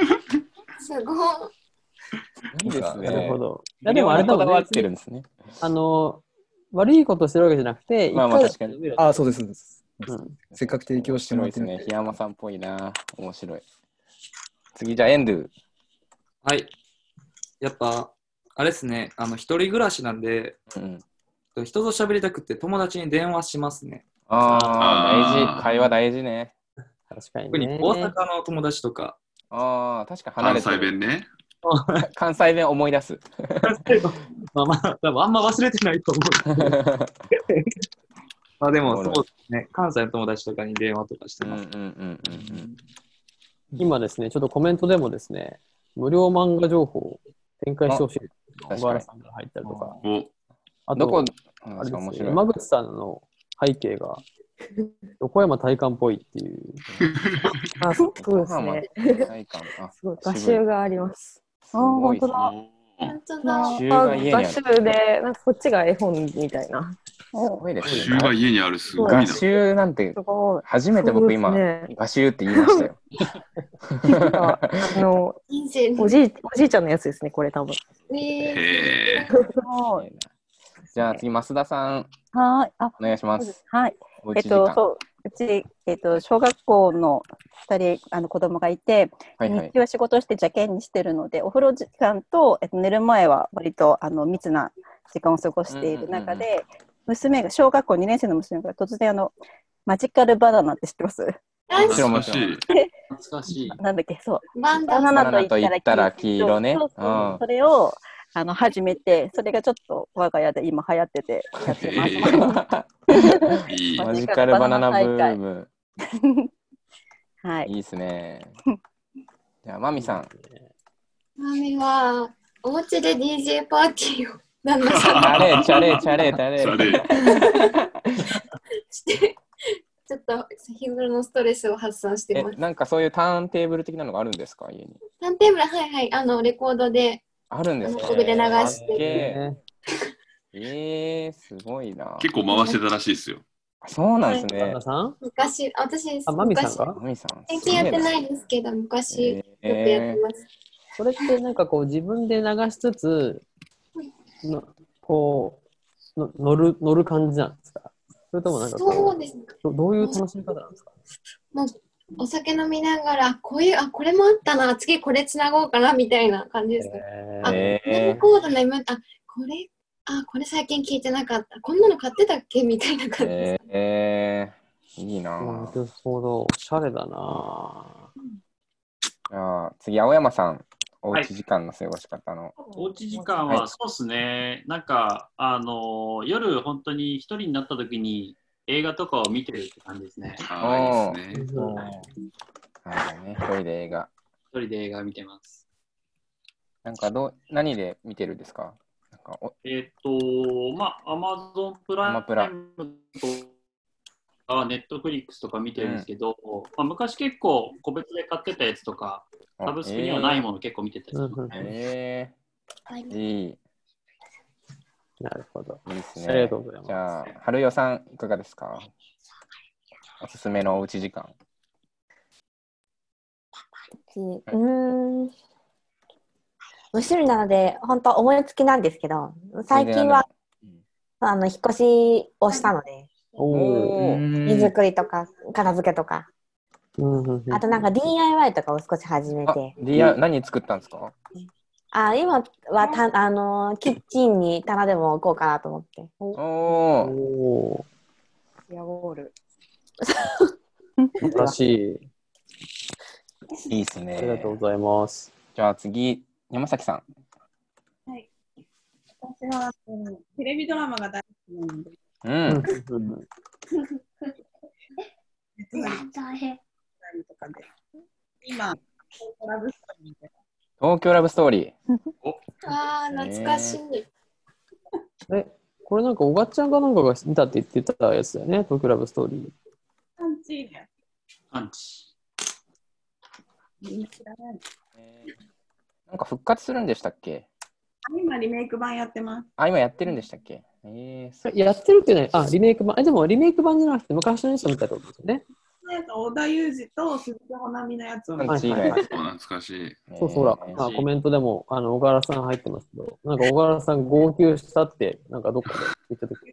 [SPEAKER 7] すごい。
[SPEAKER 1] いいですね。
[SPEAKER 2] なるほど。い
[SPEAKER 1] いや
[SPEAKER 2] やで
[SPEAKER 1] で
[SPEAKER 2] も
[SPEAKER 1] も
[SPEAKER 2] あ
[SPEAKER 1] あ
[SPEAKER 2] れ
[SPEAKER 1] れ
[SPEAKER 2] だ
[SPEAKER 1] だ
[SPEAKER 2] も
[SPEAKER 1] も
[SPEAKER 2] んね
[SPEAKER 1] んね。ってるんですね。
[SPEAKER 2] あの、悪いことをしてるわけじゃなくて、
[SPEAKER 1] まあま
[SPEAKER 2] 一
[SPEAKER 1] あ
[SPEAKER 2] 回
[SPEAKER 1] 確かに
[SPEAKER 2] 読める
[SPEAKER 4] ああ、そうです。そうです
[SPEAKER 2] うん
[SPEAKER 4] せっかく提供しても
[SPEAKER 1] 面白
[SPEAKER 4] ら
[SPEAKER 1] い
[SPEAKER 4] っ
[SPEAKER 1] で
[SPEAKER 4] てる
[SPEAKER 1] す
[SPEAKER 4] んで
[SPEAKER 1] ね。檜山さんっぽいな。面白い。次、じゃあ、エンドゥ。
[SPEAKER 5] はい。やっぱ、あれですね、あの、一人暮らしなんで、
[SPEAKER 1] うん、
[SPEAKER 5] 人と喋りたくて友達に電話しますね。
[SPEAKER 1] ああ、大
[SPEAKER 5] あー
[SPEAKER 1] 事。会話大事ね。
[SPEAKER 2] 確かに
[SPEAKER 5] 特に大阪の友達とか。
[SPEAKER 1] ああ、確か離
[SPEAKER 8] 関
[SPEAKER 1] れて
[SPEAKER 8] 西弁
[SPEAKER 1] る。
[SPEAKER 8] ね。
[SPEAKER 1] 関西弁思い出す。
[SPEAKER 9] まあまあ、多分あんま忘れてないと思う。
[SPEAKER 5] まあで
[SPEAKER 1] お
[SPEAKER 5] も、
[SPEAKER 1] も
[SPEAKER 5] そ
[SPEAKER 1] ろ
[SPEAKER 5] う
[SPEAKER 1] い
[SPEAKER 5] ですね、関西の友達とかに電話とかしてます。
[SPEAKER 2] 今ですね、ちょっとコメントでもですね、無料漫画情報を展開してほしいと
[SPEAKER 1] かに
[SPEAKER 2] 小原さんが入ったりとか。あと
[SPEAKER 1] どこ
[SPEAKER 2] あ
[SPEAKER 1] うん
[SPEAKER 2] れです
[SPEAKER 1] 面
[SPEAKER 2] ね
[SPEAKER 1] 白い
[SPEAKER 2] 山口さんの背景 が、横山体感っぽいっていう。
[SPEAKER 10] あ、そうですね。
[SPEAKER 1] 体感。あ、
[SPEAKER 10] すごい、画集があります。あ、
[SPEAKER 1] ごい
[SPEAKER 10] 本
[SPEAKER 1] ですね
[SPEAKER 10] 当だ。
[SPEAKER 7] 本当
[SPEAKER 10] 画集
[SPEAKER 8] 集が家にある
[SPEAKER 10] で、なんかこっちが絵本みたいな。
[SPEAKER 1] ごいです
[SPEAKER 8] 週
[SPEAKER 1] ね
[SPEAKER 8] が家にあるすごいな
[SPEAKER 1] 画。集なんて
[SPEAKER 10] ごい、
[SPEAKER 1] 初めて僕今
[SPEAKER 10] そうです、
[SPEAKER 1] 画集って言いましたよ。
[SPEAKER 10] あの、おじい、おじいちゃんのやつですね、これ多分。
[SPEAKER 1] へじゃあ次、増田さん、
[SPEAKER 3] はい。あ、
[SPEAKER 1] お願いしま。
[SPEAKER 3] そうですはい
[SPEAKER 1] お。う
[SPEAKER 3] え
[SPEAKER 1] ち
[SPEAKER 3] っ
[SPEAKER 1] 時間
[SPEAKER 3] と、そう、うち、えっと、小学校の2人、あの、子供がいて、
[SPEAKER 1] はいはい
[SPEAKER 3] 日中は仕事して邪険にしてるので、お風呂時間と、えっと、寝る前は割と、あの、密な時間を過ごしている中で、娘が、小学校2年生の娘が突然、あの、マジカルバナナって知ってます
[SPEAKER 8] 懐かしい。
[SPEAKER 9] 懐かしい。
[SPEAKER 3] なんだっけ、そう。
[SPEAKER 7] バ
[SPEAKER 1] ナナと言ったら黄色ね。
[SPEAKER 3] そうそう
[SPEAKER 1] うん
[SPEAKER 3] それを、あの、始めて、それがちょっと我が家で今流行って て、やってます。
[SPEAKER 1] マジカルバナナブーム。
[SPEAKER 3] はい。
[SPEAKER 1] いいですね。じゃあ、まみさん。
[SPEAKER 7] マミは、お家で DJ パーティーを旦那
[SPEAKER 1] チ
[SPEAKER 7] さん
[SPEAKER 1] ャレ、
[SPEAKER 7] が
[SPEAKER 1] チャレ、チャレ、チャレ。
[SPEAKER 7] して、ちょっと日頃のストレスを発散して
[SPEAKER 1] え
[SPEAKER 7] ま、す。
[SPEAKER 1] なんかそういうターンテーブル的なのがあるんですか家に。
[SPEAKER 7] ターンテーブル、はいはい、あの、レコードで、
[SPEAKER 1] あるんですか
[SPEAKER 7] ここで流して
[SPEAKER 1] すっげええー、すごいな。
[SPEAKER 8] 結構回してたらしいですよ。
[SPEAKER 1] そうなんですね。
[SPEAKER 7] 旦
[SPEAKER 1] 那
[SPEAKER 2] さん
[SPEAKER 7] 昔、私、昔、
[SPEAKER 1] マミさん。
[SPEAKER 7] 最近やってないですけど、昔、よくやってます。
[SPEAKER 2] それってなんかこう自分で流しつつ、のこうの乗る、乗る感じなんですかそれともなんか
[SPEAKER 7] そ
[SPEAKER 2] こ
[SPEAKER 7] うですね。
[SPEAKER 2] うど、どういう楽しみ方なんですか
[SPEAKER 7] もうお酒飲みながら、あこういう、あ、これもあったな、次これつなごうかな、みたいな感じですね。あ、
[SPEAKER 1] へ
[SPEAKER 7] これ
[SPEAKER 1] ー
[SPEAKER 7] もコード眠った、あこれ、あ、これ最近聞いてなかった、こんなの買ってたっけみたいな感じです。
[SPEAKER 1] ええー、いいな
[SPEAKER 2] なるほど、おしゃれだな
[SPEAKER 1] じゃあ次、青山さん。おうち時間の過ごし方の。
[SPEAKER 9] おうち時間
[SPEAKER 1] は
[SPEAKER 9] はいそうですね、なんか、あのー夜、本当に一人になった時に映画とかを見てるって感じですね。
[SPEAKER 1] あーいいです
[SPEAKER 9] 一
[SPEAKER 1] ねはいね、一人で映画。
[SPEAKER 9] 人で映画見てます。
[SPEAKER 1] なんかどう、何で見てるんですかなんかお
[SPEAKER 9] えっと、まあ、アマゾンプ
[SPEAKER 1] ア
[SPEAKER 9] ラ
[SPEAKER 1] マプラ
[SPEAKER 9] イムとか、ネットフリックスとか見てるんですけど、まあ、昔結構個別で買ってたやつとか、
[SPEAKER 1] あ
[SPEAKER 9] サブスクにはないもの結構見てたりしますね。
[SPEAKER 1] えー、いい。
[SPEAKER 2] なるほど。
[SPEAKER 1] いいですね。
[SPEAKER 2] ありがとうございます
[SPEAKER 1] じゃあ、春代さん、いかがですかおすすめのおうち時間。
[SPEAKER 6] うーん。無趣味なので、本当思いつきなんですけど、最近は、あの、引っ越しをしたので、
[SPEAKER 2] おー
[SPEAKER 6] 荷造りとか、片付けとか、
[SPEAKER 2] うんうんうん
[SPEAKER 6] あとなんか DIY とかを少し始めて、
[SPEAKER 1] DI、何作ったんですか
[SPEAKER 6] あ今はた、あのーキッチンに棚でも置こうかなと思って。
[SPEAKER 1] お
[SPEAKER 2] お
[SPEAKER 6] ヤゴール。
[SPEAKER 2] 素晴らし
[SPEAKER 1] いいですね。あり
[SPEAKER 2] がとうございます。
[SPEAKER 1] じゃあ次、山崎さん。
[SPEAKER 11] はい。私は、うんテレビドラマが大好きなので、
[SPEAKER 1] う
[SPEAKER 11] ネ
[SPEAKER 1] ん。
[SPEAKER 11] ットフリックスだったりとかで、今、ラブストーリーで
[SPEAKER 1] 東京ラブストーリ
[SPEAKER 7] あー、懐かしい。
[SPEAKER 2] い。え、これなんか小川ちゃんがなんかが見たって言ってたやつだよね、東京ラブストーリー。
[SPEAKER 11] パンチで、
[SPEAKER 9] アンチ。
[SPEAKER 11] みんな知らない。
[SPEAKER 1] ー。なんか復活するんでしたっけ
[SPEAKER 11] あ今、リメイク版やってます。
[SPEAKER 1] あ、今やってるんでしたっけえー、そ
[SPEAKER 2] やってるってね、あ、リメイク版、え、でもリメイク版じゃなくて昔のやつを見たってことですよね。
[SPEAKER 11] なんか織田裕二と鈴木保奈美のやつを見
[SPEAKER 2] パンチ以外
[SPEAKER 8] 懐かしい。
[SPEAKER 2] そうそうだ、まあ、コメントでもあの小原さん入ってますけど、なんか小原さん号泣したって、なんかどっかで言ったと
[SPEAKER 1] き、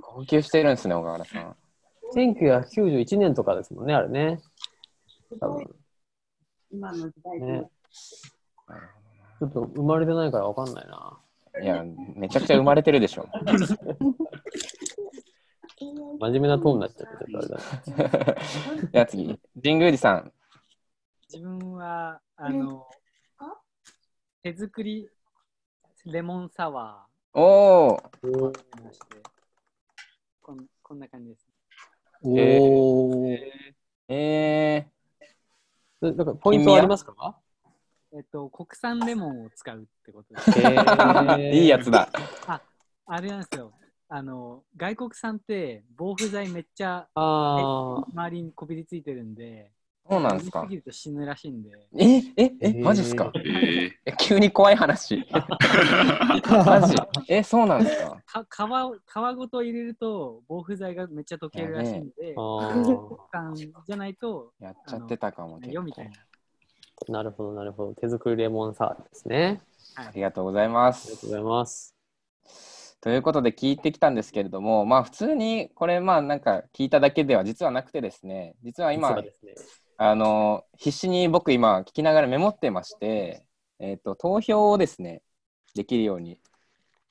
[SPEAKER 1] 号泣してるんですね、小川原さん。
[SPEAKER 2] 1991年とかですもんね、あれね。多分
[SPEAKER 11] 今の時代
[SPEAKER 2] ね。ちょっと生まれてないからわかんないな。
[SPEAKER 1] いや、めちゃくちゃ生まれてるでしょ。
[SPEAKER 2] 真面目なトーンになっちゃって、ちょっとあれだ ね。
[SPEAKER 1] じゃあ次、神宮寺さん。
[SPEAKER 12] 自分は、あの、手作りレモンサワ
[SPEAKER 1] おー。
[SPEAKER 12] ーをして、こんこんな感じです。
[SPEAKER 2] おー。
[SPEAKER 1] え
[SPEAKER 2] ー。なんかポイントはありますか
[SPEAKER 12] えっと、国産レモンを使うってこと
[SPEAKER 1] へーいいやつだ。
[SPEAKER 12] あ、あれなんですよ。あの、外国産って防腐剤めっちゃ
[SPEAKER 1] あ
[SPEAKER 12] 周りにこびりついてるんで、
[SPEAKER 1] そうなんです
[SPEAKER 12] 飲
[SPEAKER 1] か
[SPEAKER 12] みすぎ。ると死ぬらしいんで。
[SPEAKER 1] え、え、え、マジっすか。え、急に怖 い話。マジ。え、そうなんですか。
[SPEAKER 12] か皮を皮ごと入れると防腐剤がめっちゃ溶けるらしいんで、
[SPEAKER 2] あ
[SPEAKER 12] 外
[SPEAKER 2] ー
[SPEAKER 12] 国産じゃないと、
[SPEAKER 1] やっちゃってたかも。
[SPEAKER 12] よみたいな。
[SPEAKER 2] なるほど、なるほど。手作りレモンサワーですね。
[SPEAKER 1] ありがとうございます。ありが
[SPEAKER 2] とうございます。
[SPEAKER 1] ということで聞いてきたんですけれども、まあ普通にこれまあなんか聞いただけでは実はなくてですね、実は今
[SPEAKER 2] 実はですね
[SPEAKER 1] あの必死に僕今聞きながらメモってまして、えっ、と投票をですねできるように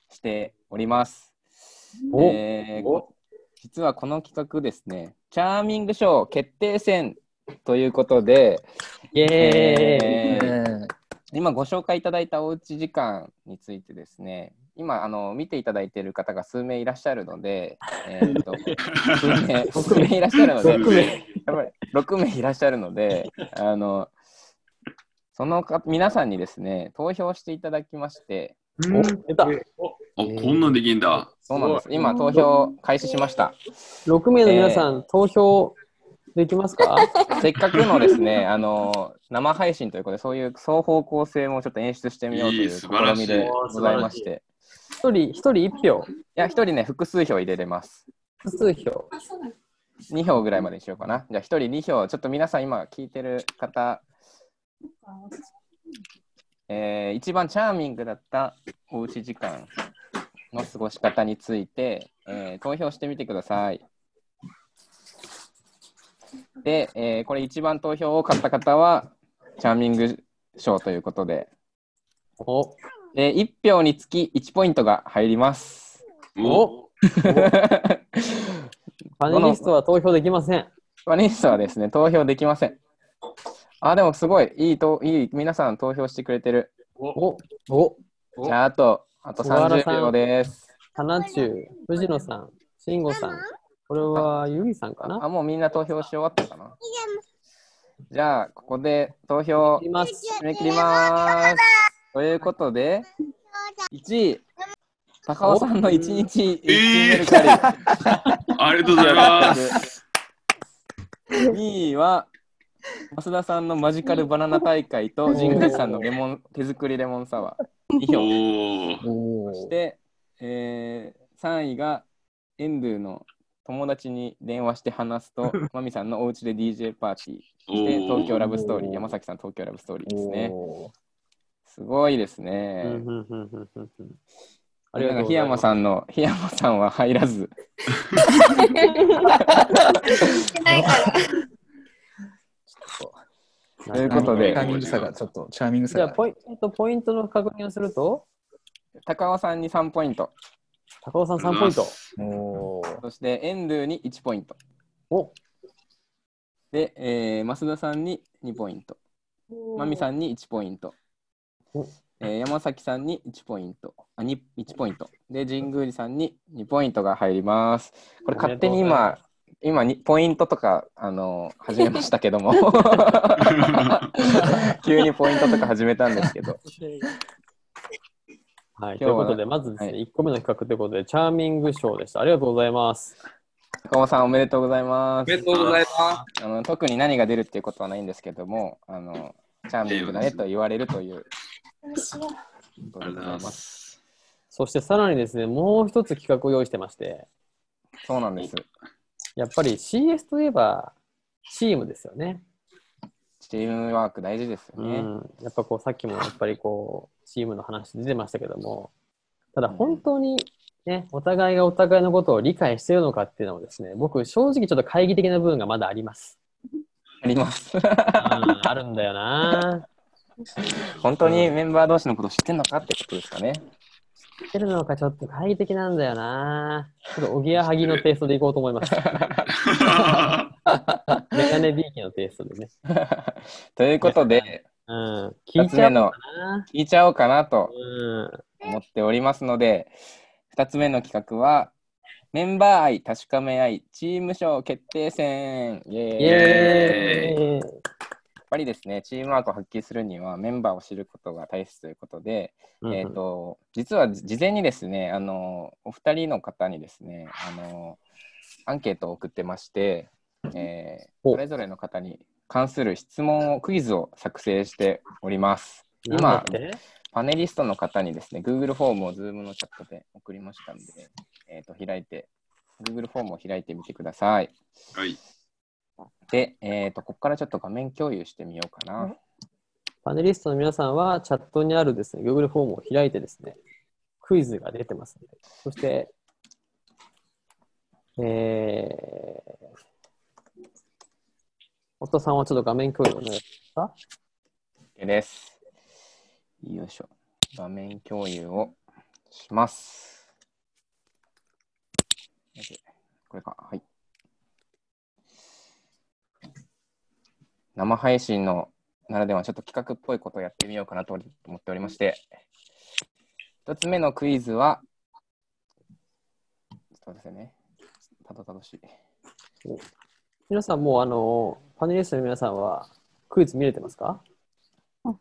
[SPEAKER 1] しております。
[SPEAKER 2] お
[SPEAKER 1] えー実はこの企画ですね、チャーミング賞決定戦ということで、
[SPEAKER 2] イエーイ
[SPEAKER 1] ー今ご紹介いただいたおうち時間についてですね、今あの見ていただいている方が数名いらっしゃるので、え ー、と数名数名いらっしゃるので、
[SPEAKER 2] 六名
[SPEAKER 1] やっぱり六名いらっしゃるので、あのそのか皆さんにですね投票していただきまして、
[SPEAKER 8] お出たおこんなんできんだ。
[SPEAKER 1] そうなんです。今投票開始しました。
[SPEAKER 2] 6名の皆さん、投票できますか
[SPEAKER 1] せっかくのです ね、あの生配信ということで、そういう双方向性もちょっと演出してみようとい
[SPEAKER 8] いいう
[SPEAKER 1] 試
[SPEAKER 8] 素晴らしい
[SPEAKER 1] みでございまして、
[SPEAKER 2] 一人、一人一票。
[SPEAKER 1] いや、一人ね、複数票入れれます。
[SPEAKER 2] 複数票。
[SPEAKER 1] 2票ぐらいまでにしようかな。じゃあ、一人2票、ちょっと皆さん今聞いてる方、えー一番チャーミングだったおうち時間の過ごし方について、えー投票してみてください。で、えーこれ一番投票多かった方は、チャーミング賞ということで、で1票につき1ポイントが入ります。
[SPEAKER 2] おパネリストは投票できません。
[SPEAKER 1] パネリストはですね、投票できません。あ、でもすごい、いいと、いい、皆さん投票してくれてる。
[SPEAKER 2] おお
[SPEAKER 1] じゃあ、あと、あと
[SPEAKER 2] 小原さん
[SPEAKER 1] 30秒です。
[SPEAKER 2] 花中、藤野さん、慎吾さん、これはゆみさんかな
[SPEAKER 1] あ、もうみんな投票し終わったかな。じゃあ、ここで投票締め切ります。ということで、1位、高尾さんの1日1メルカリ。
[SPEAKER 8] ありがとうございます。
[SPEAKER 1] 2位は、増田さんのマジカルバナナ大会と、神宮さんのレモン手作りレモンサワー。2票。
[SPEAKER 2] お
[SPEAKER 1] そして、えー、3位がエンドゥの友達に電話して話す と、マミさんのお家で DJ パーティー、そして
[SPEAKER 2] おー
[SPEAKER 1] 東京ラブストーリー、山崎さん東京ラブストーリーですね。すごいですね。
[SPEAKER 2] うんうんうんうんうんうんあり
[SPEAKER 1] な
[SPEAKER 2] が
[SPEAKER 1] ん
[SPEAKER 2] と
[SPEAKER 1] か
[SPEAKER 2] うござい
[SPEAKER 1] 檜
[SPEAKER 2] ま
[SPEAKER 1] 山
[SPEAKER 2] す
[SPEAKER 1] さんの、檜山さんは入らず。
[SPEAKER 2] と
[SPEAKER 1] いうことで
[SPEAKER 4] チャーミングさが、ちょっと、チャーミングさ
[SPEAKER 2] じゃあ
[SPEAKER 4] が。
[SPEAKER 2] ポイ、えっと、ポイントの確認をすると
[SPEAKER 1] 高尾さんに3ポイント。
[SPEAKER 2] 高尾さん3ポイント。
[SPEAKER 1] そして、エンドゥに1ポイント。
[SPEAKER 2] お
[SPEAKER 1] で、えー、増田さんに2ポイント。マミさんに1ポイント。えー山崎さんに1ポイント。あ、に1ポイント。で、神宮寺さんに2ポイントが入ります。これ勝手に
[SPEAKER 2] あ
[SPEAKER 1] 今、今にポイントとか、あのー始めましたけ ども。急にポイントとか始めたんですけど。
[SPEAKER 2] はい、とい
[SPEAKER 1] 今日
[SPEAKER 2] うこ
[SPEAKER 1] は
[SPEAKER 2] とで、まずですね、1個目の比較ということで、チャーミング賞でした。ありがとうございます。
[SPEAKER 1] 高尾さん、おめでとうございます。。
[SPEAKER 5] おめでとうございます
[SPEAKER 1] あの特に何が出るっていうことはないんですけども、あのチャーミングだねと言われるということでございます。
[SPEAKER 2] そしてさらにですね、もう一つ企画を用意してまして、
[SPEAKER 1] そうなんです。
[SPEAKER 2] やっぱり CS といえば、チームですよね。
[SPEAKER 1] チームワーク大事ですよね。
[SPEAKER 2] うん、やっぱこうさっきもやっぱりこうチームの話出てましたけどもただ本当にね、お互いがお互いのことを理解しているのかっていうのもですね僕正直ちょっと懐疑的な部分がまだあります
[SPEAKER 1] あります、
[SPEAKER 2] うん、あるんだよな
[SPEAKER 1] 本当にメンバー同士のこと知ってんのかってことですかね。
[SPEAKER 2] 知ってるのかちょっと懐疑的なんだよなちょっとおぎやはぎのテイストでいこうと思います メガネビーキのテイストでね
[SPEAKER 1] ということで、
[SPEAKER 2] うん、聞
[SPEAKER 1] 2
[SPEAKER 2] い
[SPEAKER 1] つ
[SPEAKER 2] ちゃ
[SPEAKER 1] 目
[SPEAKER 2] おうか
[SPEAKER 1] の
[SPEAKER 2] な
[SPEAKER 1] 聞いちゃおうかなと
[SPEAKER 2] うん
[SPEAKER 1] 思っておりますので、2つ目の企画は、メンバー愛、確かめ合い、チーム賞決定戦。イエーイ
[SPEAKER 2] イエーイ
[SPEAKER 1] ぱりですね、チームワークを発揮するにはメンバーを知ることが大切ということで、
[SPEAKER 2] うんうん
[SPEAKER 1] えっ、と、実は事前にですね、あの、お二人の方にですね、あの、アンケートを送ってまして、えーそれぞれの方に関する質問を、クイズを作成しております。
[SPEAKER 2] なんだ
[SPEAKER 1] 今
[SPEAKER 2] って、
[SPEAKER 1] パネリストの方にですね、Google フォームを Zoom のチャットで送りましたので、えっ、と、開いて、Google フォームを開いてみてください。
[SPEAKER 8] はい。
[SPEAKER 1] で、えっ、と、ここからちょっと画面共有してみようかな。
[SPEAKER 2] パネリストの皆さんはチャットにあるですね、Google フォームを開いてですね、クイズが出てますので、そして、えー、夫さんはちょっと画面共有お願いしますか。
[SPEAKER 1] OK です。よいしょ。画面共有をします。これか。はい。生配信のならではちょっと企画っぽいことをやってみようかなと思っておりまして、一つ目のクイズは、ちょっと待ってくださいね。たどたどしい。
[SPEAKER 2] 皆さんもうあの、パネリストの皆さんはクイズ見れてますか
[SPEAKER 11] ま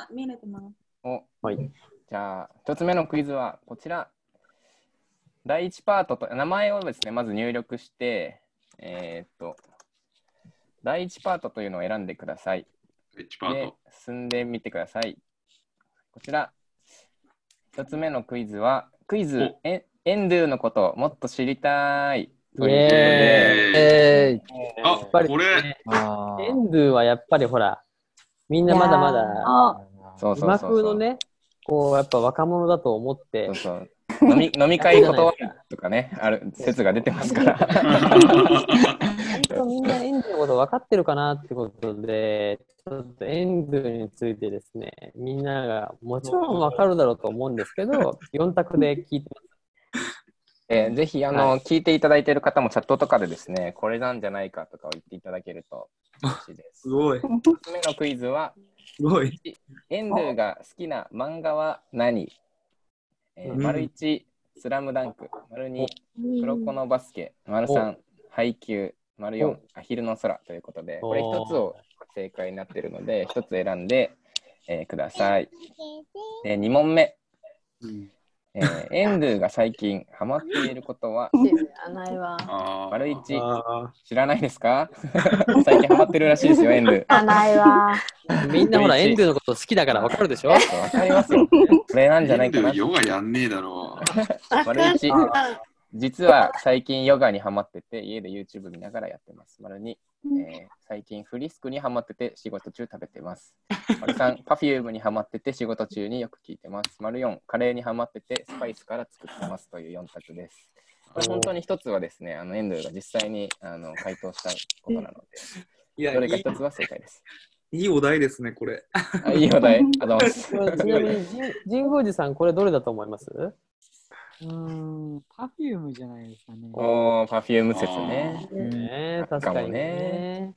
[SPEAKER 11] あ、見れてます。
[SPEAKER 1] お
[SPEAKER 2] はい。
[SPEAKER 1] じゃあ、一つ目のクイズはこちら。第1パートと、名前をですね、まず入力して、えーっと、第1パートというのを選んでください。
[SPEAKER 8] 1パート
[SPEAKER 1] で、進んでみてください。こちら。一つ目のクイズは、クイズ、エンエンドゥのことをもっと知りたい。ということで。
[SPEAKER 8] あ、これ、
[SPEAKER 2] エンドゥはやっぱりほら、みんなまだまだ、
[SPEAKER 1] そうそう
[SPEAKER 2] 今
[SPEAKER 1] そう
[SPEAKER 2] 風
[SPEAKER 1] そ
[SPEAKER 2] の
[SPEAKER 1] う。
[SPEAKER 2] ね、こうやっぱ若者だと思って、
[SPEAKER 1] 飲み飲み会断るとかね、ある説が 出てますから。
[SPEAKER 2] みんなエンドゥのこと分かってるかなってことで、ちょっとエンドゥについてですね、みんながもちろん分かるだろうと思うんですけど、4択で聞いて
[SPEAKER 1] えーぜひあの、
[SPEAKER 2] は
[SPEAKER 1] 聞いていただいている方もチャットとかでですね、これなんじゃないかとかを言っていただけると嬉しいです。す
[SPEAKER 5] ごい。
[SPEAKER 1] 1つ目のクイズは、
[SPEAKER 5] すごい。
[SPEAKER 1] エンドゥが好きな漫画は何、えー
[SPEAKER 5] うん
[SPEAKER 1] 丸1、スラムダンク。丸2、黒子のバスケ。丸
[SPEAKER 5] お
[SPEAKER 1] 3、配給。丸4
[SPEAKER 5] お、
[SPEAKER 1] アヒルの空ということで、これ一つを正解になっているので、一つ選んで、えーください。で、2問目。えーエンドゥが最近ハマっていることは
[SPEAKER 13] 知らないわ。
[SPEAKER 1] 丸一知らないですか 最近ハマってるらしいですよ、エンドゥ。
[SPEAKER 13] 知らないわ。
[SPEAKER 2] ます。みんなほら、
[SPEAKER 1] 丸一
[SPEAKER 2] エンドゥのこと好きだから分かるでしょ
[SPEAKER 1] わかりますよ。これなんじゃないかな。
[SPEAKER 8] ヨガやんねえだろ
[SPEAKER 1] 丸一実は最近ヨガにハマってて、家で YouTube 見ながらやってます。丸二えー最近フリスクにハマってて仕事中食べてます。丸三 Perfume にハマってて仕事中によく聞いてます。丸四カレーにハマっててスパイスから作ってますという4択です。これ本当に一つはですね、あのエンドゥが実際にあの回答したことなので、
[SPEAKER 5] いや
[SPEAKER 1] どれか一つは正解です。
[SPEAKER 5] いいお題ですね、これ。
[SPEAKER 1] あいいお題、ありがとうございます。
[SPEAKER 2] こ れちなみに、神神宮寺さん、これどれだと思います
[SPEAKER 12] うーん、パフュームじゃないですかね。
[SPEAKER 1] おー、パフューム説ね。
[SPEAKER 2] ね
[SPEAKER 1] あっ
[SPEAKER 2] 確かに
[SPEAKER 1] ね
[SPEAKER 2] ね。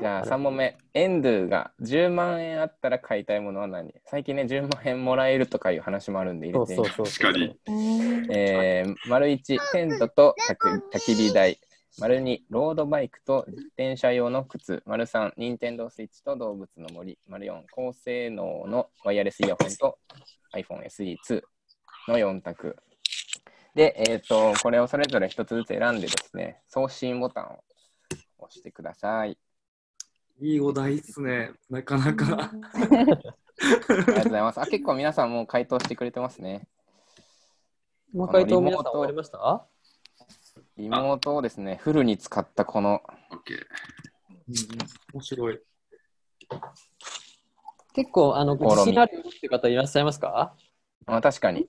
[SPEAKER 1] じゃあ3問目。エンドゥが10万円あったら買いたいものは何最近ね、10万円もらえるとかいう話もあるんで入れてみま
[SPEAKER 2] そうそう
[SPEAKER 1] す
[SPEAKER 2] そう確
[SPEAKER 1] えー、丸1、テントと焚く焚き火台。丸2、ロードバイクと自転車用の靴。丸3、ニンテンドースイッチと動物の森。丸4、高性能のワイヤレスイヤホンと iPhone SE2 の4択。で、えっ、と、これをそれぞれ一つずつ選んでですね、送信ボタンを押してください。
[SPEAKER 5] いいお題ですね、なかな か。
[SPEAKER 1] ありがとうございます。あ、結構皆さんもう回答してくれてますね。
[SPEAKER 2] もう
[SPEAKER 1] こ
[SPEAKER 2] 回
[SPEAKER 1] の
[SPEAKER 2] 答皆さん
[SPEAKER 1] リモート
[SPEAKER 2] 終わりました
[SPEAKER 1] リモートをですね、フルに使ったこの。
[SPEAKER 5] 面白い。
[SPEAKER 2] 結構、あの、
[SPEAKER 1] 試み
[SPEAKER 2] 自信あるよっていう方いらっしゃいますか
[SPEAKER 1] まあ確かに。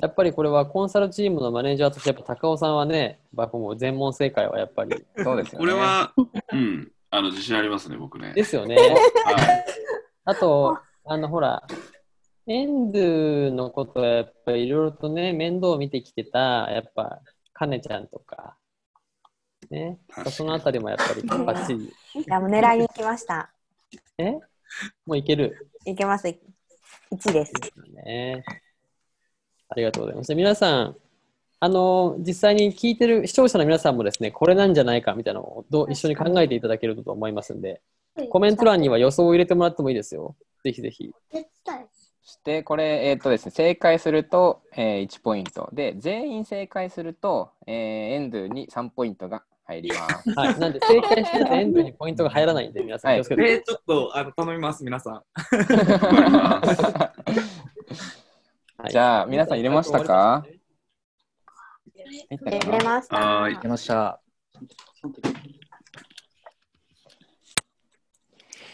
[SPEAKER 2] やっぱりこれはコンサルチームのマネージャーとして、やっぱ高尾さんはね、やっぱもう全問正解はやっぱり。
[SPEAKER 1] そうです
[SPEAKER 8] う。これは、うん、あの自信ありますね、僕ね。
[SPEAKER 2] ですよね。
[SPEAKER 8] はい
[SPEAKER 2] あと、あの、ほら、エンドゥのことはやっぱりいろいろとね、面倒を見てきてた、やっぱ、かねちゃんとか、ね、そのあたりもやっぱりバッチリ。
[SPEAKER 6] いや、もう狙いに行きました。
[SPEAKER 2] えもういける。
[SPEAKER 6] いけます。1位です。
[SPEAKER 2] ね。ありがとうございます。皆さん、あの実際に聞いてる視聴者の皆さんもですね、これなんじゃないかみたいなのをどう一緒に考えていただけると思いますんで、コメント欄には予想を入れてもらってもいいですよ。ぜひぜひ。
[SPEAKER 1] で、これ、えっ、とですね、正解すると、えー1ポイント。で、全員正解すると、えーエンドゥに3ポイントが入ります。
[SPEAKER 2] はい、なんで正解してないとエンドにポイントが入らないんで、皆さん気をつけてくださ
[SPEAKER 5] え
[SPEAKER 2] い。
[SPEAKER 5] ーちょっとあの頼みます、皆さん。
[SPEAKER 1] じゃあ、皆さん入れましたか
[SPEAKER 6] 入れました。
[SPEAKER 1] はい。
[SPEAKER 4] 入れました。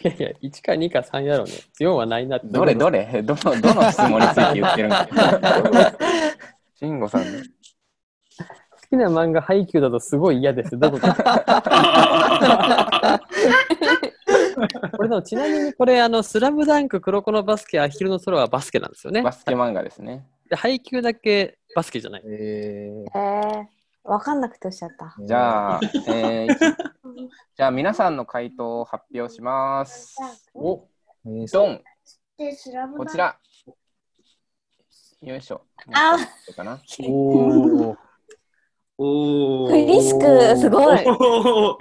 [SPEAKER 2] いやいや、1か2か3やろうね。4はないなって。
[SPEAKER 1] どれどれ どのどの質問について言ってるん だ慎吾さん。
[SPEAKER 2] 好きな漫画、ハイキューだとすごい嫌です。どこか。これでもちなみにこれ、あの、スラムダンク、黒子のバスケ、アヒルの空はバスケなんですよね。バ
[SPEAKER 1] スケ漫画ですね。
[SPEAKER 2] で、ハイキューだけバスケじゃない。
[SPEAKER 6] えー、わかんなくておっしゃった。
[SPEAKER 1] じゃあ、えー、じゃあ皆さんの回答を発表します。おドン、
[SPEAKER 14] で、スラブ
[SPEAKER 1] こちら。よいしょ。
[SPEAKER 14] あ
[SPEAKER 1] どうかな
[SPEAKER 4] おー。
[SPEAKER 5] お
[SPEAKER 6] ー嬉しくすごい
[SPEAKER 5] お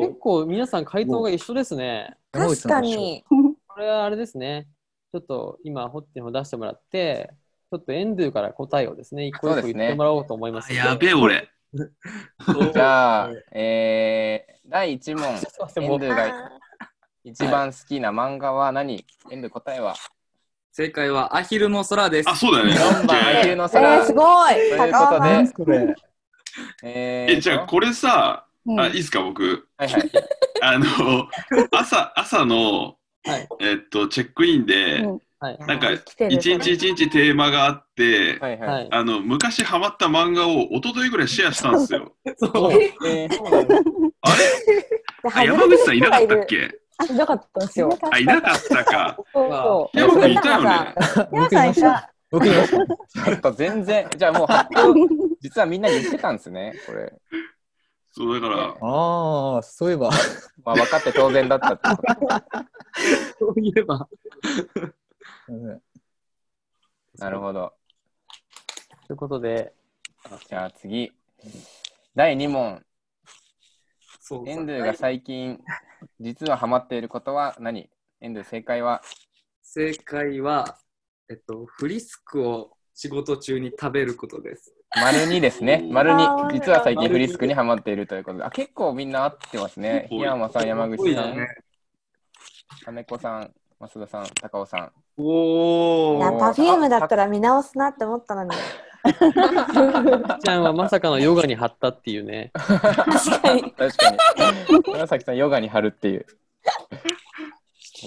[SPEAKER 2] 結構皆さん回答が一緒ですね。
[SPEAKER 6] 確かに。
[SPEAKER 2] これはあれですね。ちょっと今、ホッティンを出してもらって、ちょっとエンドゥから答えをですね、一個一個言ってもらおうと思います。
[SPEAKER 8] やべえ、俺。
[SPEAKER 1] じゃあ、えー、第1問、エンドゥが一番好きな漫画は何エンドゥ答えは
[SPEAKER 5] 正解はアヒルの空です。あ、
[SPEAKER 8] そうだよね。
[SPEAKER 5] 4
[SPEAKER 1] 番アヒルの空
[SPEAKER 8] えーすごい
[SPEAKER 1] ということで、
[SPEAKER 8] 何
[SPEAKER 4] これ
[SPEAKER 1] え
[SPEAKER 8] え、じゃあこれさ、
[SPEAKER 1] うん
[SPEAKER 8] あいいですか、僕。
[SPEAKER 1] はいはい。
[SPEAKER 8] あの、朝、朝の、えっと、チェックインで、
[SPEAKER 2] はい。
[SPEAKER 8] なんか、一
[SPEAKER 2] てる
[SPEAKER 8] 日一日テーマがあって、
[SPEAKER 2] はい
[SPEAKER 8] あの、昔ハマった漫画を一昨日ぐらいシェアしたんですよ。 あ、山口さんいなかったっけ
[SPEAKER 13] あ、いなかったんですよ。
[SPEAKER 8] あ、いなかったか。
[SPEAKER 13] そうそ
[SPEAKER 8] 山口さんいたよね。
[SPEAKER 13] う。さんいた。
[SPEAKER 1] 僕ちょっと全然、じゃあもう発表、実はみんなに言ってたんですね、これ。
[SPEAKER 8] そうだから、
[SPEAKER 4] ああ、そういえば。
[SPEAKER 1] まあ分かって当然だったってこと。
[SPEAKER 4] そういえば。
[SPEAKER 1] なるほど。
[SPEAKER 2] ということで、
[SPEAKER 1] じゃあ次、第2問。エンドゥが最近、実はハマっていることは何エンドゥ正解は
[SPEAKER 5] 正解は、えっと、フリスクを仕事中に食べることです。
[SPEAKER 1] 丸二ですね。丸
[SPEAKER 5] あー
[SPEAKER 1] 二。実は最近フリスクにハマっているということで。あ、結構みんな合ってますね。
[SPEAKER 5] 多い
[SPEAKER 1] 檜山さん、山
[SPEAKER 5] 多
[SPEAKER 1] 口
[SPEAKER 5] い
[SPEAKER 1] さ
[SPEAKER 5] だ
[SPEAKER 1] ん
[SPEAKER 5] ね、
[SPEAKER 1] 金子さん、増田さん、高尾さん。
[SPEAKER 5] お
[SPEAKER 6] いや、パフュームだったら見直すなって思ったのに。
[SPEAKER 2] ちゃんはまさかのヨガに貼ったっていうね。
[SPEAKER 1] 確かに。紫さん、ヨガに貼るっていう。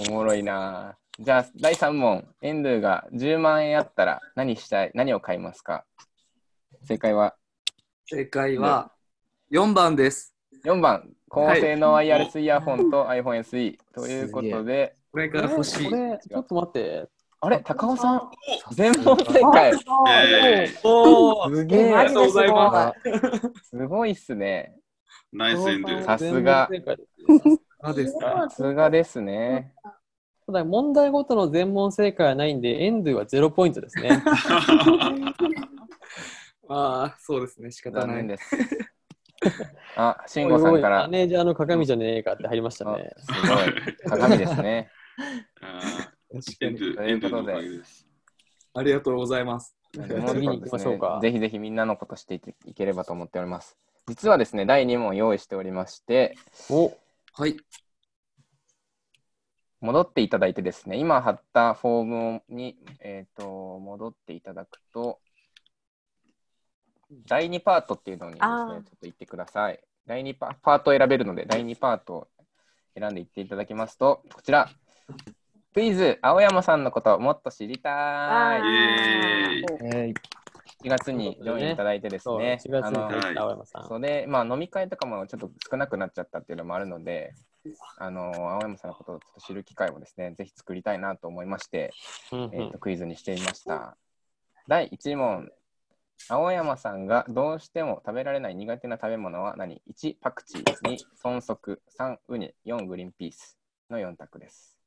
[SPEAKER 1] おもろいなぁじゃあ、第3問。エンドゥが10万円あったら何したい何を買いますか正解は
[SPEAKER 5] 正解は、4番です。
[SPEAKER 1] 4番。高性能
[SPEAKER 5] はい
[SPEAKER 1] wireless イヤホンと iPhone SE。ということで。
[SPEAKER 5] これから欲しい
[SPEAKER 2] これ、ちょっと待って。
[SPEAKER 1] あれ高尾さん全問正解
[SPEAKER 5] お
[SPEAKER 1] すげえ
[SPEAKER 5] ありがとうございます
[SPEAKER 1] すごいっすね
[SPEAKER 8] ナイスエンドゥ
[SPEAKER 1] さすが
[SPEAKER 2] 全問正解
[SPEAKER 5] あです
[SPEAKER 1] さすがですね
[SPEAKER 2] ただ問題ごとの全問正解はないんで、エンドゥはゼロポイントですね。
[SPEAKER 5] ああ、そうですね、仕方ない。
[SPEAKER 1] です。あ、慎吾さんから
[SPEAKER 2] マネージャーの鏡じゃねえかって入りましたね。
[SPEAKER 1] すごい鏡ですね。
[SPEAKER 8] あ
[SPEAKER 5] ー
[SPEAKER 8] エンドゥ、
[SPEAKER 1] と
[SPEAKER 8] エ
[SPEAKER 1] い
[SPEAKER 8] ン
[SPEAKER 1] う
[SPEAKER 8] ド
[SPEAKER 1] こ
[SPEAKER 8] ゥの
[SPEAKER 1] と
[SPEAKER 8] お
[SPEAKER 1] で
[SPEAKER 8] かげです。
[SPEAKER 5] ありがとうございます。
[SPEAKER 1] 次に行きましょう か。ぜひぜひみんなのことしていければと思っております。実はですね、第2問用意しておりまして、
[SPEAKER 2] お
[SPEAKER 5] はい。
[SPEAKER 1] 戻っていただいてですね、今貼ったフォームに、えー、と戻っていただくと、第2パートっていうのにですね、ち
[SPEAKER 13] あ
[SPEAKER 1] ょ
[SPEAKER 13] ー
[SPEAKER 1] っと行ってください。第2パパートを選べるので、第2パートを選んでいっていただきますと、こちら、クイズ、青山さんのことをもっと知りたい。
[SPEAKER 4] 7
[SPEAKER 1] 月に上演いただいてですね、
[SPEAKER 2] そう1月に
[SPEAKER 1] あの
[SPEAKER 2] いただいた青山さん
[SPEAKER 1] そうで、まあ、飲み会とかもちょっと少なくなっちゃったっていうのもあるので、あの青山さんのことをちょっと知る機会をですね、ぜひ作りたいなと思いまして、
[SPEAKER 2] うんうん
[SPEAKER 1] えーとクイズにしてみました。第1問、青山さんがどうしても食べられない苦手な食べ物は何 ?1、パクチー、2、豚足、3、ウニ、4、グリーンピースの4択です。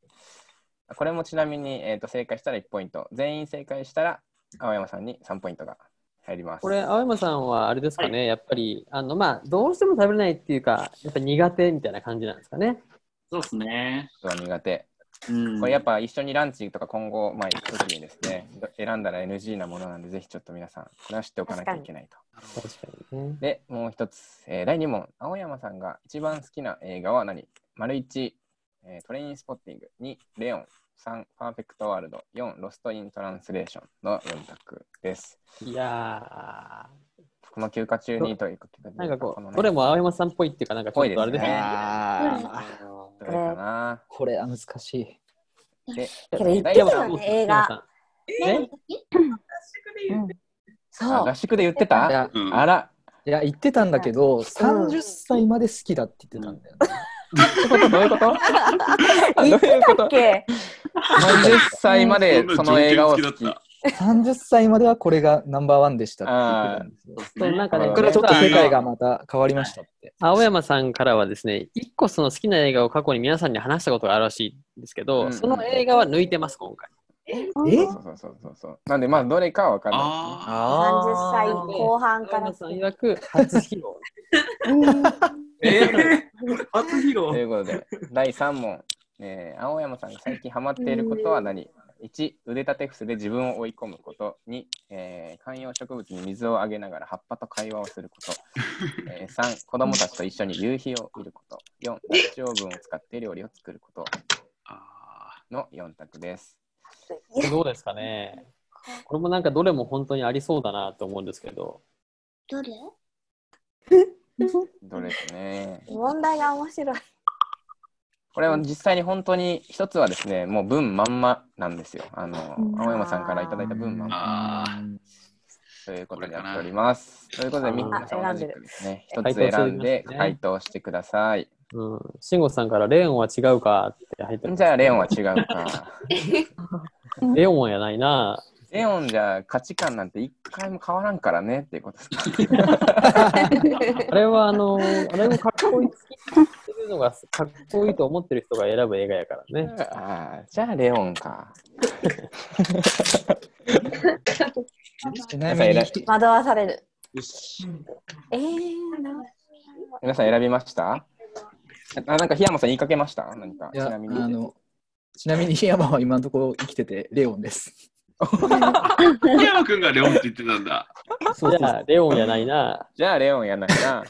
[SPEAKER 1] これもちなみに、えー、と正解したら1ポイント、全員正解したら青山さんに3ポイントが入ります。
[SPEAKER 2] これ、青山さんはあれですかね、やっぱり、あの、まあ、どうしても食べれないっていうか、やっぱ苦手みたいな感じなんですかね。
[SPEAKER 9] そうですね。
[SPEAKER 1] 苦手。
[SPEAKER 9] うん
[SPEAKER 1] これやっぱ一緒にランチとか今後、まあ、行く時にですね、選んだら NG なものなんで、ぜひちょっと皆さん、これは知っておかなきゃいけないと。で、もう一つ、えー第2問、青山さんが一番好きな映画は何丸1、えートレインスポッティング、2、レオン、3、パーフェクトワールド、4、ロストイントランスレーションの4択です。
[SPEAKER 2] いや
[SPEAKER 1] この休暇中にということで、
[SPEAKER 2] なんかこ
[SPEAKER 1] この
[SPEAKER 2] う、
[SPEAKER 1] ね
[SPEAKER 2] どれも青山さんっぽいっていうか、なんかちょっとあれですね。
[SPEAKER 1] あーどれかな
[SPEAKER 2] これは難しい。
[SPEAKER 1] で
[SPEAKER 6] けど言ってたよね、映画。ね
[SPEAKER 1] あ合宿で言ってたあら。
[SPEAKER 4] いや、言ってたんだけど、30歳まで好きだって言ってたんだよね。
[SPEAKER 1] どういうこと
[SPEAKER 4] 言ってたっ
[SPEAKER 6] け
[SPEAKER 1] 30歳までその映画を好き。
[SPEAKER 4] 30歳まではこれがナンバーワンでしたって言ってたんですよ。
[SPEAKER 2] そうなんかね
[SPEAKER 4] ここからちょっと世界がまた変わりましたって。
[SPEAKER 2] 青山さんからはですね、一個その好きな映画を過去に皆さんに話したことがあるらしいんですけど、
[SPEAKER 1] うん
[SPEAKER 2] その映画は抜いてます、今回。
[SPEAKER 1] えそうそうそうそうそう。なんで、まあ、どれかは分からないですね。
[SPEAKER 6] 30歳後半から。さん
[SPEAKER 2] 曰く初披
[SPEAKER 1] 初披露。ということで、第3問、えー青山さんが最近ハマっていることは何 ?1、腕立て伏せで自分を追い込むこと。2、えー観葉植物に水をあげながら葉っぱと会話をすること。えー3、子供たちと一緒に夕日を見ること。4、ダッチオーブンを使って料理を作ること。の4択です。
[SPEAKER 2] どうですかね。これもなんかどれも本当にありそうだなと思うんですけど。
[SPEAKER 6] どれ
[SPEAKER 1] どれかね。
[SPEAKER 6] 問題が面白い。
[SPEAKER 1] これは実際に本当に一つはですね、もう文まんまなんですよ。あの
[SPEAKER 6] う、ん
[SPEAKER 1] 青山さんからいただいた文まんま。ということになっております。ということで、
[SPEAKER 2] あー
[SPEAKER 1] 皆さん同じくですね、一つ
[SPEAKER 2] 回答
[SPEAKER 1] 選んで
[SPEAKER 2] してみますね
[SPEAKER 1] 回答してください。
[SPEAKER 2] うん。慎吾さんからレオンは違うかって入ってます
[SPEAKER 1] じゃあ、レオンは違うか。
[SPEAKER 2] レオンやないな。
[SPEAKER 1] レオンじゃ価値観なんて一回も変わらんからねっていうことですか。
[SPEAKER 2] あれはあの、あれもかっこいい、好きっていうのがかっこいいと思ってる人が選ぶ映画やからね。
[SPEAKER 1] ああ、じゃあレオンか。
[SPEAKER 4] ち
[SPEAKER 1] 皆さん選び
[SPEAKER 6] 惑わされる。
[SPEAKER 1] よし
[SPEAKER 6] えー、な
[SPEAKER 1] 皆さん選びましたあ、なんか檜山さん言いかけました何か
[SPEAKER 4] い
[SPEAKER 1] ち
[SPEAKER 4] や
[SPEAKER 1] なみに。
[SPEAKER 4] あのちなみに檜山は今のところ生きてて、レオンです。
[SPEAKER 8] 福山君がレオンって言ってたんだ。
[SPEAKER 2] じゃあ、レオンやないな。
[SPEAKER 1] じゃあ、レオンやないな。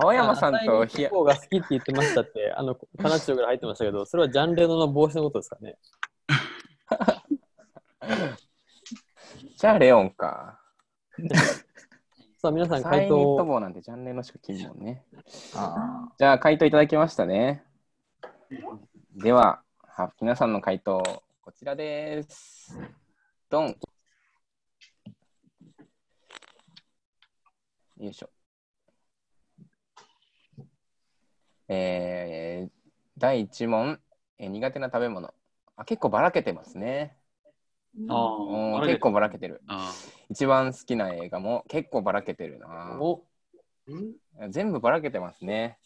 [SPEAKER 1] 青山さんと
[SPEAKER 2] ヒコが好きって言ってましたって、あの、カナチョから入ってましたけど、それはジャンレノの帽子のことですかね。
[SPEAKER 1] じゃあ、レオン か。
[SPEAKER 2] さあ、皆さん
[SPEAKER 1] サイ
[SPEAKER 2] 回
[SPEAKER 1] ニ
[SPEAKER 2] 答
[SPEAKER 1] ット
[SPEAKER 2] を。
[SPEAKER 1] 帽なんてジャンルのしか切るもんね。じゃあ、回答いただきましたね。では、は皆さんの回答、こちらです。ドン。よいしょ。えー、第1問、えー苦手な食べ物。あ結構ばらけてますね。
[SPEAKER 9] あーば
[SPEAKER 1] うん
[SPEAKER 9] らけてる
[SPEAKER 1] 結構ばらけてる
[SPEAKER 9] あ。
[SPEAKER 1] 一番好きな映画も結構ばらけてるな。全部ばらけてますね。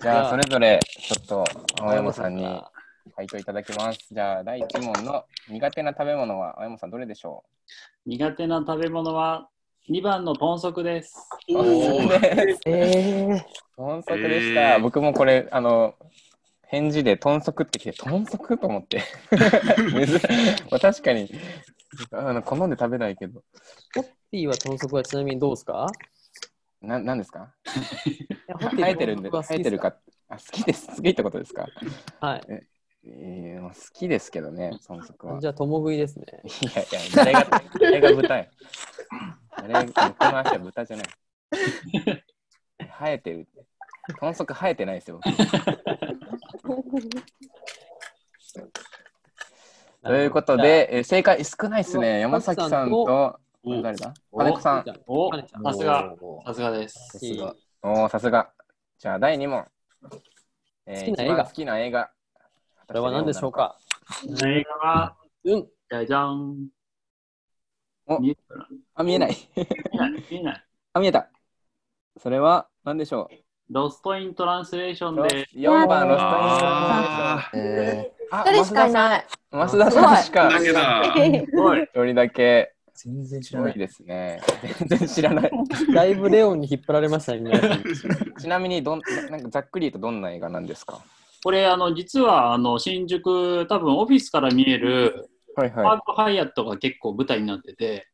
[SPEAKER 1] じゃあ、それぞれちょっと青山さんに回答いただきます。じゃあ、第1問の苦手な食べ物は青山さん、どれでしょ
[SPEAKER 9] 苦手な食べ物は2番の豚足です。
[SPEAKER 1] う
[SPEAKER 2] え
[SPEAKER 1] 豚足でした。僕もこれ、あの、返事で豚足って来て、豚足と思 って。珍まあ確かにあの、好んで食べないけど。
[SPEAKER 2] ピーは豚足はちなみにどうですか
[SPEAKER 1] ななんですか
[SPEAKER 2] ホテル
[SPEAKER 1] 生えてるんで、
[SPEAKER 2] 豚足
[SPEAKER 1] 生
[SPEAKER 2] は好きですか
[SPEAKER 1] えてるか。あ、好きです。好きってことですか
[SPEAKER 2] はい。
[SPEAKER 1] ええー好きですけどね、豚足は。
[SPEAKER 2] じゃあ、共食いですね。
[SPEAKER 1] いやいや、誰が、誰が豚や。誰が、僕の足は豚じゃない。生えてる。豚足生えてないですよ。ということで、えー正解少ないですね。
[SPEAKER 9] うわ
[SPEAKER 1] 山崎さんと、誰だ
[SPEAKER 9] お
[SPEAKER 1] 金子さん。
[SPEAKER 9] おさすが
[SPEAKER 1] お。
[SPEAKER 9] さすがです。
[SPEAKER 1] さすが。おお、さすが。じゃあ、第2問。え
[SPEAKER 9] 好
[SPEAKER 1] ー
[SPEAKER 9] きな映画
[SPEAKER 1] 一番好きな映画。
[SPEAKER 2] これは何でしょうか
[SPEAKER 9] 映画は、
[SPEAKER 2] うん。
[SPEAKER 9] じゃじゃん。
[SPEAKER 1] 見
[SPEAKER 9] え
[SPEAKER 1] あ、見えない。
[SPEAKER 9] 見えない。
[SPEAKER 1] あ、見えた。それは何でしょ
[SPEAKER 9] ロストイントランスレーションで。
[SPEAKER 1] う ?4 番、ロストインスタイル
[SPEAKER 9] え
[SPEAKER 1] あ
[SPEAKER 6] 一人しかいない。
[SPEAKER 1] 増田さんしか
[SPEAKER 8] だけだ
[SPEAKER 1] 一人だけ
[SPEAKER 4] 全然知
[SPEAKER 1] らない。ですね。全然知らない。
[SPEAKER 2] だいぶレオンに引っ張られましたね、皆さん。
[SPEAKER 1] ちなみにどん、なんかざっくり言うとどんな映画なんですか
[SPEAKER 9] これ、あの、実は、あの、新宿、多分オフィスから見える、
[SPEAKER 1] はい
[SPEAKER 9] パークハイアットが結構舞台になってて、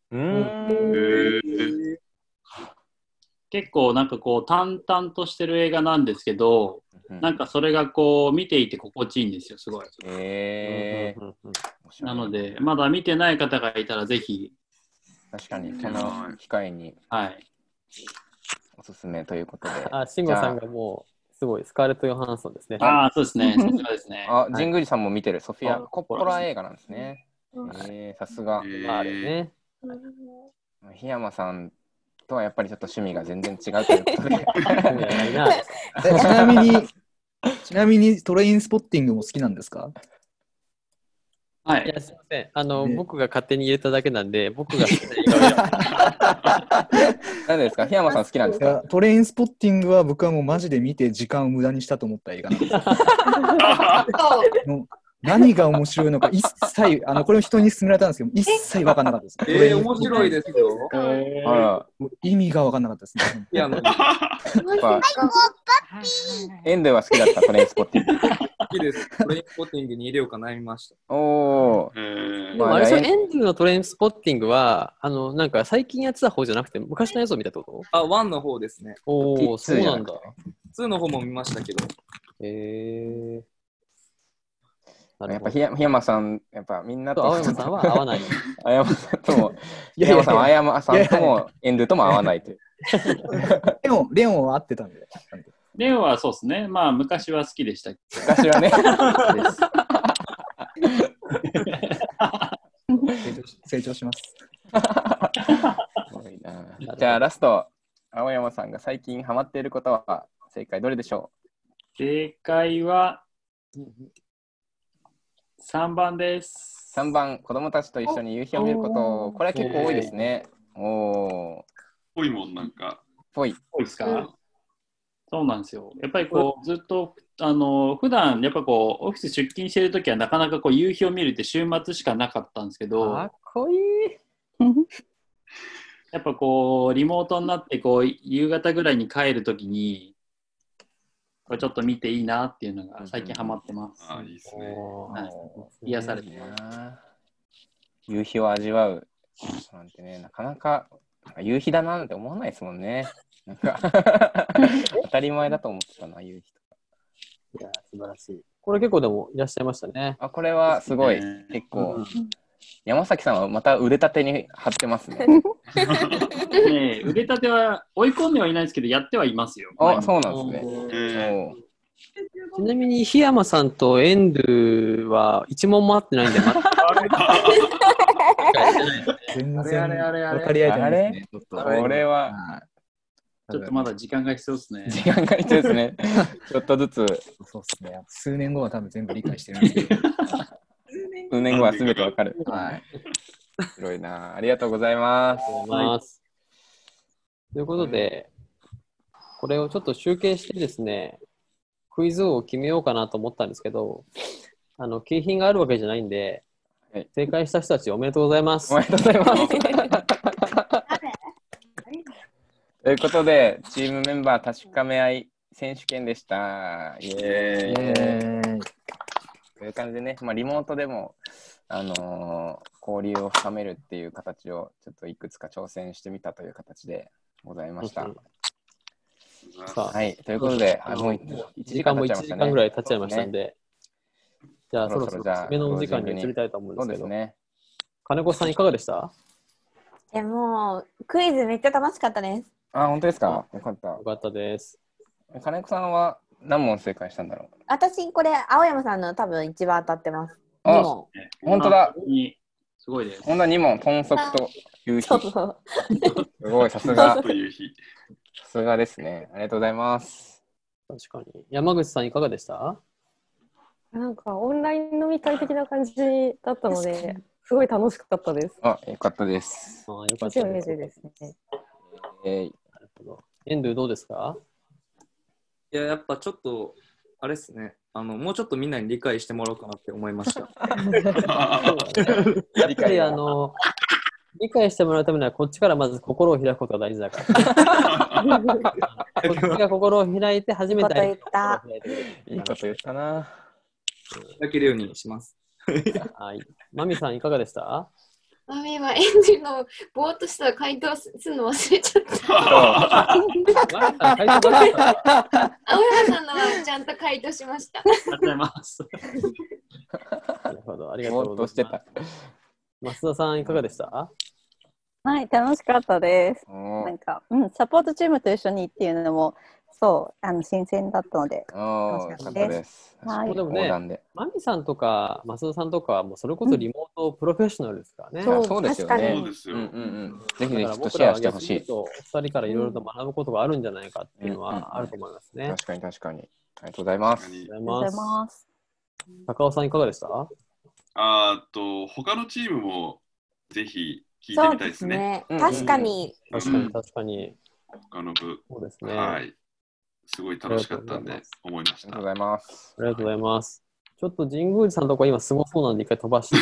[SPEAKER 9] 結構なんかこう、淡々としてる映画なんですけど、なんかそれがこう、見ていて心地いいんですよ、すごい。
[SPEAKER 1] えー、
[SPEAKER 9] なので、まだ見てない方がいたら、ぜひ。
[SPEAKER 1] 確かに、この機会に、
[SPEAKER 9] はい。
[SPEAKER 1] おすすめということで。
[SPEAKER 2] あ、慎吾さんがもう、すごい、スカーレット・ヨハンソンですね。
[SPEAKER 1] あ
[SPEAKER 9] そうですね、そうですね。
[SPEAKER 1] あ、神宮寺さんも見てる、ソフィア・
[SPEAKER 2] あ
[SPEAKER 1] コッポラ映画なんですね。えー、さすが。
[SPEAKER 2] あれね。
[SPEAKER 1] 檜山さんとはやっぱりちょっと趣味が全然違うということで。
[SPEAKER 4] えちなみに、ちなみにトレインスポッティングも好きなんですか
[SPEAKER 9] はい。
[SPEAKER 2] や、すみません。あの、僕が勝手に入れただけなんで、僕が好きな映画を選
[SPEAKER 1] 何ですか檜山さん好きなんです
[SPEAKER 4] いや
[SPEAKER 1] か
[SPEAKER 4] トレインスポッティングは僕はもうマジで見て時間を無駄にしたと思った映画なんですもう何が面白いのか一切、あのこれを人に勧められたんですけど、一切分かんなかったです。
[SPEAKER 5] えー、面白いですよ。
[SPEAKER 1] あら
[SPEAKER 4] もう意味が分かんなかったですね。
[SPEAKER 5] いや、あの、
[SPEAKER 1] やっぱエンドは好きだった、トレインスポッティング。
[SPEAKER 5] 好きです。トレインスポッティングに入れようか悩みました。
[SPEAKER 1] おお。
[SPEAKER 2] び。でもあれでしょ、エンディングのトレインスポッティングは、あの、なんか最近やってた方じゃなくて、昔のやつを見たってこと
[SPEAKER 5] あ、ワンの方ですね。
[SPEAKER 2] おお、そうなんだ。。
[SPEAKER 5] ツーの方も見ましたけど。
[SPEAKER 2] へえ。
[SPEAKER 1] やっぱ檜山檜山さん、やっぱみんなと
[SPEAKER 2] そう青山さんは合わない。
[SPEAKER 1] 青 山さんとも、
[SPEAKER 4] いやいや
[SPEAKER 1] 檜
[SPEAKER 4] いや
[SPEAKER 1] 山さんは青山さんとも、エンドゥとも合わないと いう。
[SPEAKER 4] レオン、レオンは合ってたんで。
[SPEAKER 9] レオはそうですね、まあ、昔は好きでしたけど。
[SPEAKER 1] 昔はね
[SPEAKER 4] 成長し成長します。
[SPEAKER 1] じゃあラスト、青山さんが最近ハマっていることは正解どれでしょ
[SPEAKER 9] 正解は、3番です。
[SPEAKER 1] 3番、子供たちと一緒に夕日を見ること。これは結構多いですね。おー。
[SPEAKER 8] ぽいもん、なんか。
[SPEAKER 1] ぽい。
[SPEAKER 9] ぽいですか、そうなんですよ。やっぱりこう、ずっと、あの、普段、やっぱこう、オフィス出勤してるときは、なかなかこう、夕日を見るって週末しかなかったんですけど、
[SPEAKER 2] かっこいい。
[SPEAKER 9] やっぱこう、リモートになって、こう、夕方ぐらいに帰るときに、これちょっと見ていいなっていうのが最近ハマってます。
[SPEAKER 8] あ、いいですね。
[SPEAKER 9] はい、癒されてます。
[SPEAKER 1] 夕日を味わう。なんてね、なかなか、なんか夕日だななんて思わないですもんね。なんか 当たり前だと思ってたな、夕日と。
[SPEAKER 2] いや、素晴らしい。これ結構でもいらっしゃいましたね。
[SPEAKER 1] あ、これはすごい、結構、山崎さんはまた腕立てに張ってま すね。
[SPEAKER 9] ねえ、腕立ては追い込んではいないですけど、やってはいますよ。
[SPEAKER 1] あ、そうなんですね。
[SPEAKER 2] ちなみに、檜山さんとエンドゥは一問も合ってないんで、ま
[SPEAKER 4] 全
[SPEAKER 9] 然あれあれあれ
[SPEAKER 4] 分かり合えてないですね。
[SPEAKER 1] あれ
[SPEAKER 4] ちょっと
[SPEAKER 1] これは、
[SPEAKER 9] ちょっとまだ時間が必要ですね。
[SPEAKER 1] 時間が必要で すね。ちょっとずつ、
[SPEAKER 4] そうですね。数年後は多分全部理解してるんですけど。
[SPEAKER 1] 数年後は全てわかる。
[SPEAKER 4] はい。
[SPEAKER 1] 広いな。ありがとうございます。
[SPEAKER 2] ます。ということで、これをちょっと集計してですね、クイズを決めようかなと思ったんですけど、あの景品があるわけじゃないんで、正解した人たちおめでとうございます。
[SPEAKER 1] おめでとうございます。ということで、チームメンバー確かめ合い選手権でした。イエーイ。という感じでね、まあ、リモートでも、あのー交流を深めるっていう形をちょっといくつか挑戦してみたという形でございました。
[SPEAKER 2] さあ
[SPEAKER 1] はい、ということで、あ
[SPEAKER 2] あの
[SPEAKER 1] もう1時間
[SPEAKER 2] も
[SPEAKER 1] 経
[SPEAKER 2] う
[SPEAKER 1] っちゃい
[SPEAKER 2] 1時
[SPEAKER 1] ましたね。
[SPEAKER 2] 間ぐらい経っちゃいましたんで、じゃあそ
[SPEAKER 1] そ
[SPEAKER 2] ろそ
[SPEAKER 1] ろそ
[SPEAKER 2] ろ
[SPEAKER 1] ろじゃあ
[SPEAKER 2] 締めのお時間に移りたいと思うんですけ
[SPEAKER 1] そ
[SPEAKER 2] ど、
[SPEAKER 1] うですね
[SPEAKER 2] 金子さんいかがでした
[SPEAKER 6] え、もう、クイズめっちゃ楽しかったです。
[SPEAKER 1] あ、本当ですかよかった。よ
[SPEAKER 2] かったです。
[SPEAKER 1] 金子さんは何問正解したんだろう
[SPEAKER 6] 私、これ、青山さんの多分一番当たってます。
[SPEAKER 1] あ
[SPEAKER 6] でも
[SPEAKER 1] 本当だ。
[SPEAKER 9] すごいです。
[SPEAKER 1] 本当2問、豚足と夕日。
[SPEAKER 6] そうそう。
[SPEAKER 1] すごい、さ すが。
[SPEAKER 8] 豚足と
[SPEAKER 1] さすがですね。ありがとうございます。
[SPEAKER 2] 確かに。山口さんいかがでした
[SPEAKER 10] なんかオンライン飲み会的な感じだったので、すごい楽しかったです。
[SPEAKER 1] あ、よかったです。
[SPEAKER 2] あよか
[SPEAKER 10] も
[SPEAKER 2] った
[SPEAKER 10] ちろん
[SPEAKER 2] で
[SPEAKER 10] 嬉
[SPEAKER 2] す。
[SPEAKER 10] しいですね。
[SPEAKER 1] え
[SPEAKER 2] エンドゥどうですか
[SPEAKER 5] いや、やっぱちょっと、あれですね。あの、もうちょっとみんなに理 解してもらおうかなって思いました。
[SPEAKER 2] やっぱりあの、理解してもらうためには、こっちからまず心を開くことが大事だ から。こっちが心を開いて初めて
[SPEAKER 6] いいこと言った
[SPEAKER 1] いいこと言ったな。
[SPEAKER 5] だけるようにします。
[SPEAKER 2] はい。マミさん、いかがでした
[SPEAKER 7] マミはエンジンのぼーっとした回答するの忘れちゃった。青山さんのはちゃんと回答しました。
[SPEAKER 9] ありがとうございます。
[SPEAKER 2] なるほど、ありがとうございます。増田さん、いかがでした
[SPEAKER 3] はい、楽しかったです。
[SPEAKER 1] おー
[SPEAKER 3] なんか、うん、サポートチームと一緒にっていうのも、そう、あの新鮮だったので、
[SPEAKER 1] おーよかったです。
[SPEAKER 3] はい
[SPEAKER 2] もうでも
[SPEAKER 1] 横
[SPEAKER 2] ね
[SPEAKER 1] 断で、
[SPEAKER 2] マミさんとか増田さんとかはもうそれこそリモートプロフェッショナルですからね。
[SPEAKER 1] そうあそうですよね確かにそうです
[SPEAKER 2] よ。うん
[SPEAKER 1] うんぜひぜひ
[SPEAKER 2] だから
[SPEAKER 1] ちょっと
[SPEAKER 2] 僕
[SPEAKER 1] シェ
[SPEAKER 2] ら
[SPEAKER 1] アしてほしい
[SPEAKER 2] は逆に言うとお二人からいろいろと学ぶことがあるんじゃないかっていうのはあると思いますね。
[SPEAKER 1] 確かに確かに。ありがとうございます。
[SPEAKER 2] あり
[SPEAKER 3] ありがとうございます。
[SPEAKER 2] 高尾さんいかがでした
[SPEAKER 8] あーっと他のチームもぜひ聞いて
[SPEAKER 6] そ
[SPEAKER 8] みたい
[SPEAKER 6] うで
[SPEAKER 8] ですすね
[SPEAKER 6] ね。。確かに。
[SPEAKER 8] うん
[SPEAKER 2] 確かに確かに。
[SPEAKER 8] 他の部。
[SPEAKER 2] そうですね
[SPEAKER 8] はい。すごい楽しかったんで思いました。ありがとう
[SPEAKER 1] ございます。
[SPEAKER 2] ありがとうございます。ちょっと神宮寺さんのとこ今すごそうなんで一回飛ばして。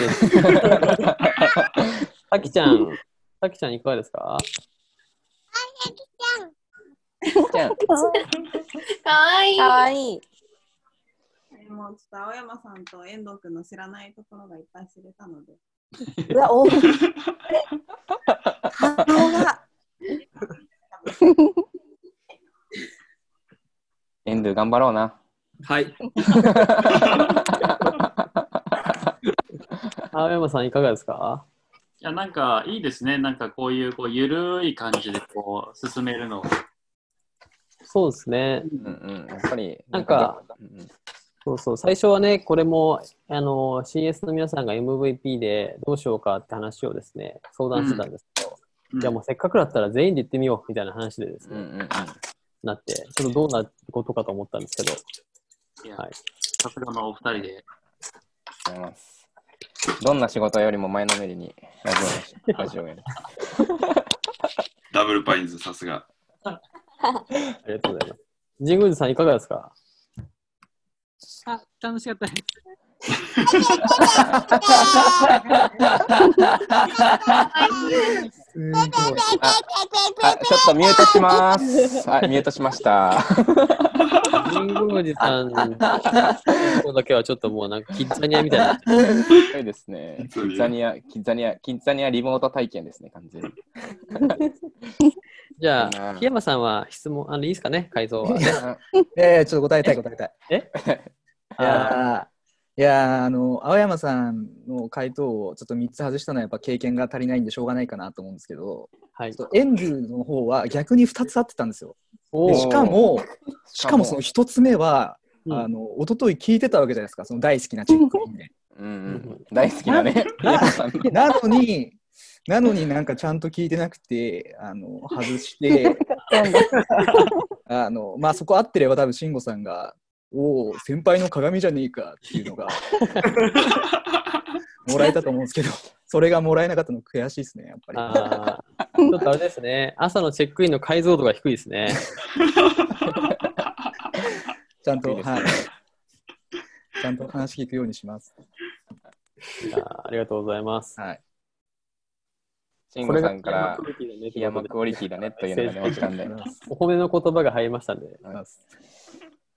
[SPEAKER 2] さきちゃん、さきちゃんいかがですか
[SPEAKER 7] かわいい。
[SPEAKER 6] かわいい。
[SPEAKER 11] もうちょっと青山さんと遠藤君の知らないところがいっぱい知れたので。
[SPEAKER 6] う わ、お
[SPEAKER 11] 顔が。
[SPEAKER 1] エンドゥ頑張ろうな。
[SPEAKER 5] はい。
[SPEAKER 2] 青山さんいかがですか
[SPEAKER 9] いや、なんかいいですね。なんかこういう、こう、ゆるい感じで、こう、進めるの。
[SPEAKER 2] そうですね。
[SPEAKER 1] うんうん、やっぱり
[SPEAKER 2] なんか、そうそう、最初はね、これも、あの、CS の皆さんが MVP でどうしようかって話をですね、相談してたんですけど、じゃあもうせっかくだったら全員で行ってみようみたいな話でですね、なって、ちょっとどうなることかと思ったんですけど、
[SPEAKER 9] いや、さすがのお二人で。
[SPEAKER 1] ありがとうございます。どんな仕事よりも前のめりにラジオをしラジオをやる。
[SPEAKER 8] ダブルパインズ、さすが。
[SPEAKER 2] ありがとうございます。神宮寺さんいかがですか
[SPEAKER 12] あ、楽しかったです。
[SPEAKER 1] ああ、ちょっとミュート します。はい、ミュートしました。
[SPEAKER 2] 神宮寺さんのだけはちょっともうなんかキッザニアみたいになっちゃう。
[SPEAKER 1] すごいですね。キッザニア、キッザニア、キッザニアリモート体験ですね、完全に。
[SPEAKER 2] じゃあ、檜山さんは質問、あの、いいですかね、改造はね。
[SPEAKER 4] えー、ちょっと答えたい答えたい。
[SPEAKER 2] え
[SPEAKER 4] いやーいやーあの青山さんの回答をちょっと3つ外したのはやっぱ経験が足りないんでしょうがないかなと思うんですけど、
[SPEAKER 2] はい、
[SPEAKER 4] エンドゥの方は逆に2つ合ってたんですよ。
[SPEAKER 2] お
[SPEAKER 4] で
[SPEAKER 2] ー
[SPEAKER 4] しかもし
[SPEAKER 2] し
[SPEAKER 4] か
[SPEAKER 2] か
[SPEAKER 4] も
[SPEAKER 2] も
[SPEAKER 4] その1つ目は、
[SPEAKER 2] うん
[SPEAKER 4] あの一昨日聞いてたわけじゃないですかその大好きなチェックインで。
[SPEAKER 1] うんうん、大好きなね。
[SPEAKER 4] ななのになのになんかちゃんと聞いてなくてあの外 して。あのまあそこ合ってれば多分慎吾さんが「おお先輩の鏡じゃねえか」っていうの がもらえたと思うんですけどそれがもらえなかったの悔しいですねやっぱり。
[SPEAKER 2] あーちょっとあれですね、朝のチェックインの解像度が低いですね。
[SPEAKER 4] ちゃんと、はい、ちゃんと話聞くようにします。
[SPEAKER 2] いやーありがとうございます。
[SPEAKER 4] はい。
[SPEAKER 1] 慎吾さんから
[SPEAKER 2] これが檜
[SPEAKER 1] 檜山クオリティだねというのが出ましたんで。
[SPEAKER 2] お褒めの言葉が入りましたんで。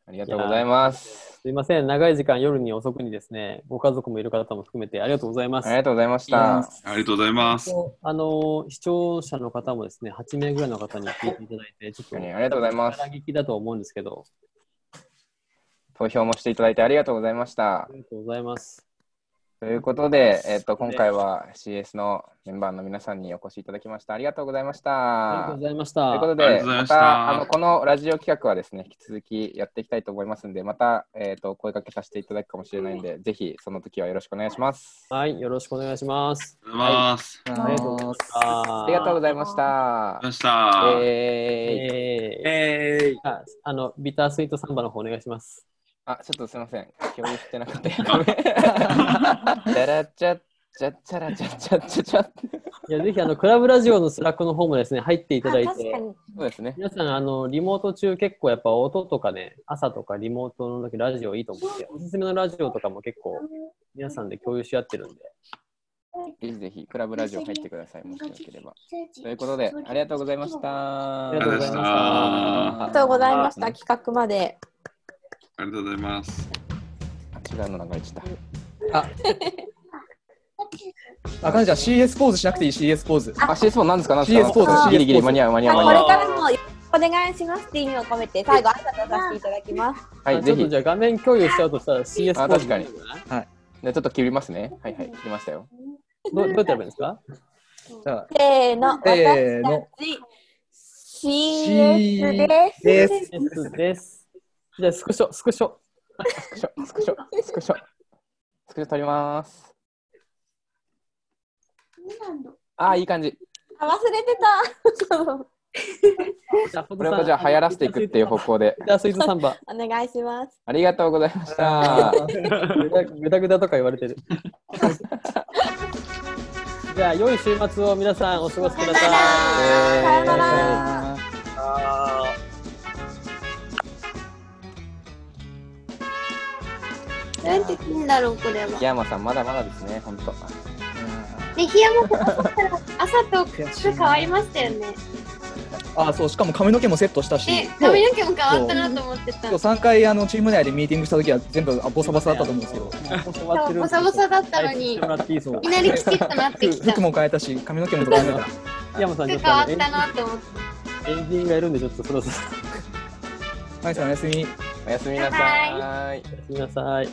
[SPEAKER 1] ありがとうございます。
[SPEAKER 2] すいません、長い時間夜に遅くにですね、ご家族もいる方も含めてありがとうございます。
[SPEAKER 1] ありがとうございました
[SPEAKER 2] いや
[SPEAKER 8] ありがとうございます。
[SPEAKER 2] あの視聴者の方もですね、8名ぐらいの方に聞いていただいて、ちょっと、
[SPEAKER 1] ありがとうございます
[SPEAKER 2] 力聞きだと思うんですけど、
[SPEAKER 1] 投票もしていただいてありがとうございました
[SPEAKER 2] あ。りがとうございます。
[SPEAKER 1] ということで、えっと、今回は CS のメンバーの皆さんにお越しいただきました。ありがとうございました。
[SPEAKER 2] ありがとうございました
[SPEAKER 1] ということ
[SPEAKER 2] あり
[SPEAKER 1] で、
[SPEAKER 2] がとうござい
[SPEAKER 1] ま
[SPEAKER 2] ました
[SPEAKER 1] たあのこのラジオ企画はですね、引き続きやっていきたいと思いますので、また、えっと声かけさせていただくかもしれないので、ぜひその時はよろしくお願いします。
[SPEAKER 2] はい、よろしくお願いします。
[SPEAKER 8] お願いします
[SPEAKER 2] はいありがとうございました。
[SPEAKER 1] ありがとうございました。
[SPEAKER 8] ました
[SPEAKER 2] えー、えー、ああの、ビタースイートサンバの方お願いします。
[SPEAKER 1] あ、ちょっとすみません。共有して な かった。チャラチャチャチャラチャチャチャチャ。
[SPEAKER 2] いや、ぜひ、あの、クラブラジオのスラックの方もですね、入っていただいて、
[SPEAKER 1] そうですね。
[SPEAKER 2] 皆さん、あの、リモート中結構やっぱ音とかね、朝とかリモートの時ラジオいいと思って、おすすめのラジオとかも結構皆さんで共有し合ってるんで、
[SPEAKER 1] ぜひぜひ、クラブラジオ入ってください、もしよければ。ということで、ありがとうございました。
[SPEAKER 8] ありがとうございました
[SPEAKER 6] ありがとうございました。企画まで。
[SPEAKER 8] ありがとうございます。
[SPEAKER 1] 違うの流れちゃった。
[SPEAKER 4] あかねちゃん CS ポーズしなくていい CS ポーズ。
[SPEAKER 1] あ CS ポーズなんですかなんですか
[SPEAKER 4] CS ポーズ CS ポーズ
[SPEAKER 1] ギリギリ間に合う間に合う
[SPEAKER 6] これからもよろしくお願いしますっていう意味を込めて、最後、挨拶をさせていただきます。
[SPEAKER 1] はい、
[SPEAKER 2] ち
[SPEAKER 1] ぜ
[SPEAKER 2] ょっと
[SPEAKER 1] ひ。
[SPEAKER 2] じゃあ画面共有しちゃうとさ、CS
[SPEAKER 1] あ、
[SPEAKER 2] ポーズ
[SPEAKER 1] 確かに。はい。じゃあちょっと切りますね。はいはい、切りましたよ。
[SPEAKER 2] どうどうやってやればいいんですか
[SPEAKER 1] じゃあ
[SPEAKER 6] せーの、
[SPEAKER 1] せーの
[SPEAKER 6] 私たち CS です。
[SPEAKER 2] です。です。じゃあ、スクショ、スクショ。
[SPEAKER 1] スクショ、スクショ。スクショ取ります。あ、いい感じ。
[SPEAKER 6] あ、忘れてた。そう
[SPEAKER 1] これをじゃあ流行らせていくっていう方向で。
[SPEAKER 2] じゃあ、スイートサンバ。
[SPEAKER 6] お願いします。
[SPEAKER 1] ありがとうございました。
[SPEAKER 2] ぐだぐだぐだとか言われてる。じゃあ、良い週末を皆さんお過ごしください。さよなら。
[SPEAKER 7] どうやって切るんだろう、これは。
[SPEAKER 1] 檜山さん、まだまだですね、本当。
[SPEAKER 7] で、檜山さん、朝から朝と服変わりましたよね。
[SPEAKER 4] あ、そう、しかも髪の毛もセットしたし
[SPEAKER 7] え、、髪の毛も変わったなと思ってた。
[SPEAKER 4] 今日3回あのチーム内でミーティングした時は全部あボサボサだったと思うんですけど、
[SPEAKER 7] そうボサボサだったのに、
[SPEAKER 4] そう
[SPEAKER 7] いきなりきちっとなってきた。
[SPEAKER 4] 服も変えたし、髪の毛も整えた。
[SPEAKER 2] 山さん、ち
[SPEAKER 7] 変
[SPEAKER 2] ょっと
[SPEAKER 7] わった
[SPEAKER 2] あのエンデ
[SPEAKER 7] なと思って。
[SPEAKER 2] ィングがいるんで、ちょっとそろそろ。
[SPEAKER 4] マイさん、おやすみ。
[SPEAKER 1] おやすみなさい。
[SPEAKER 2] おやすみなさい。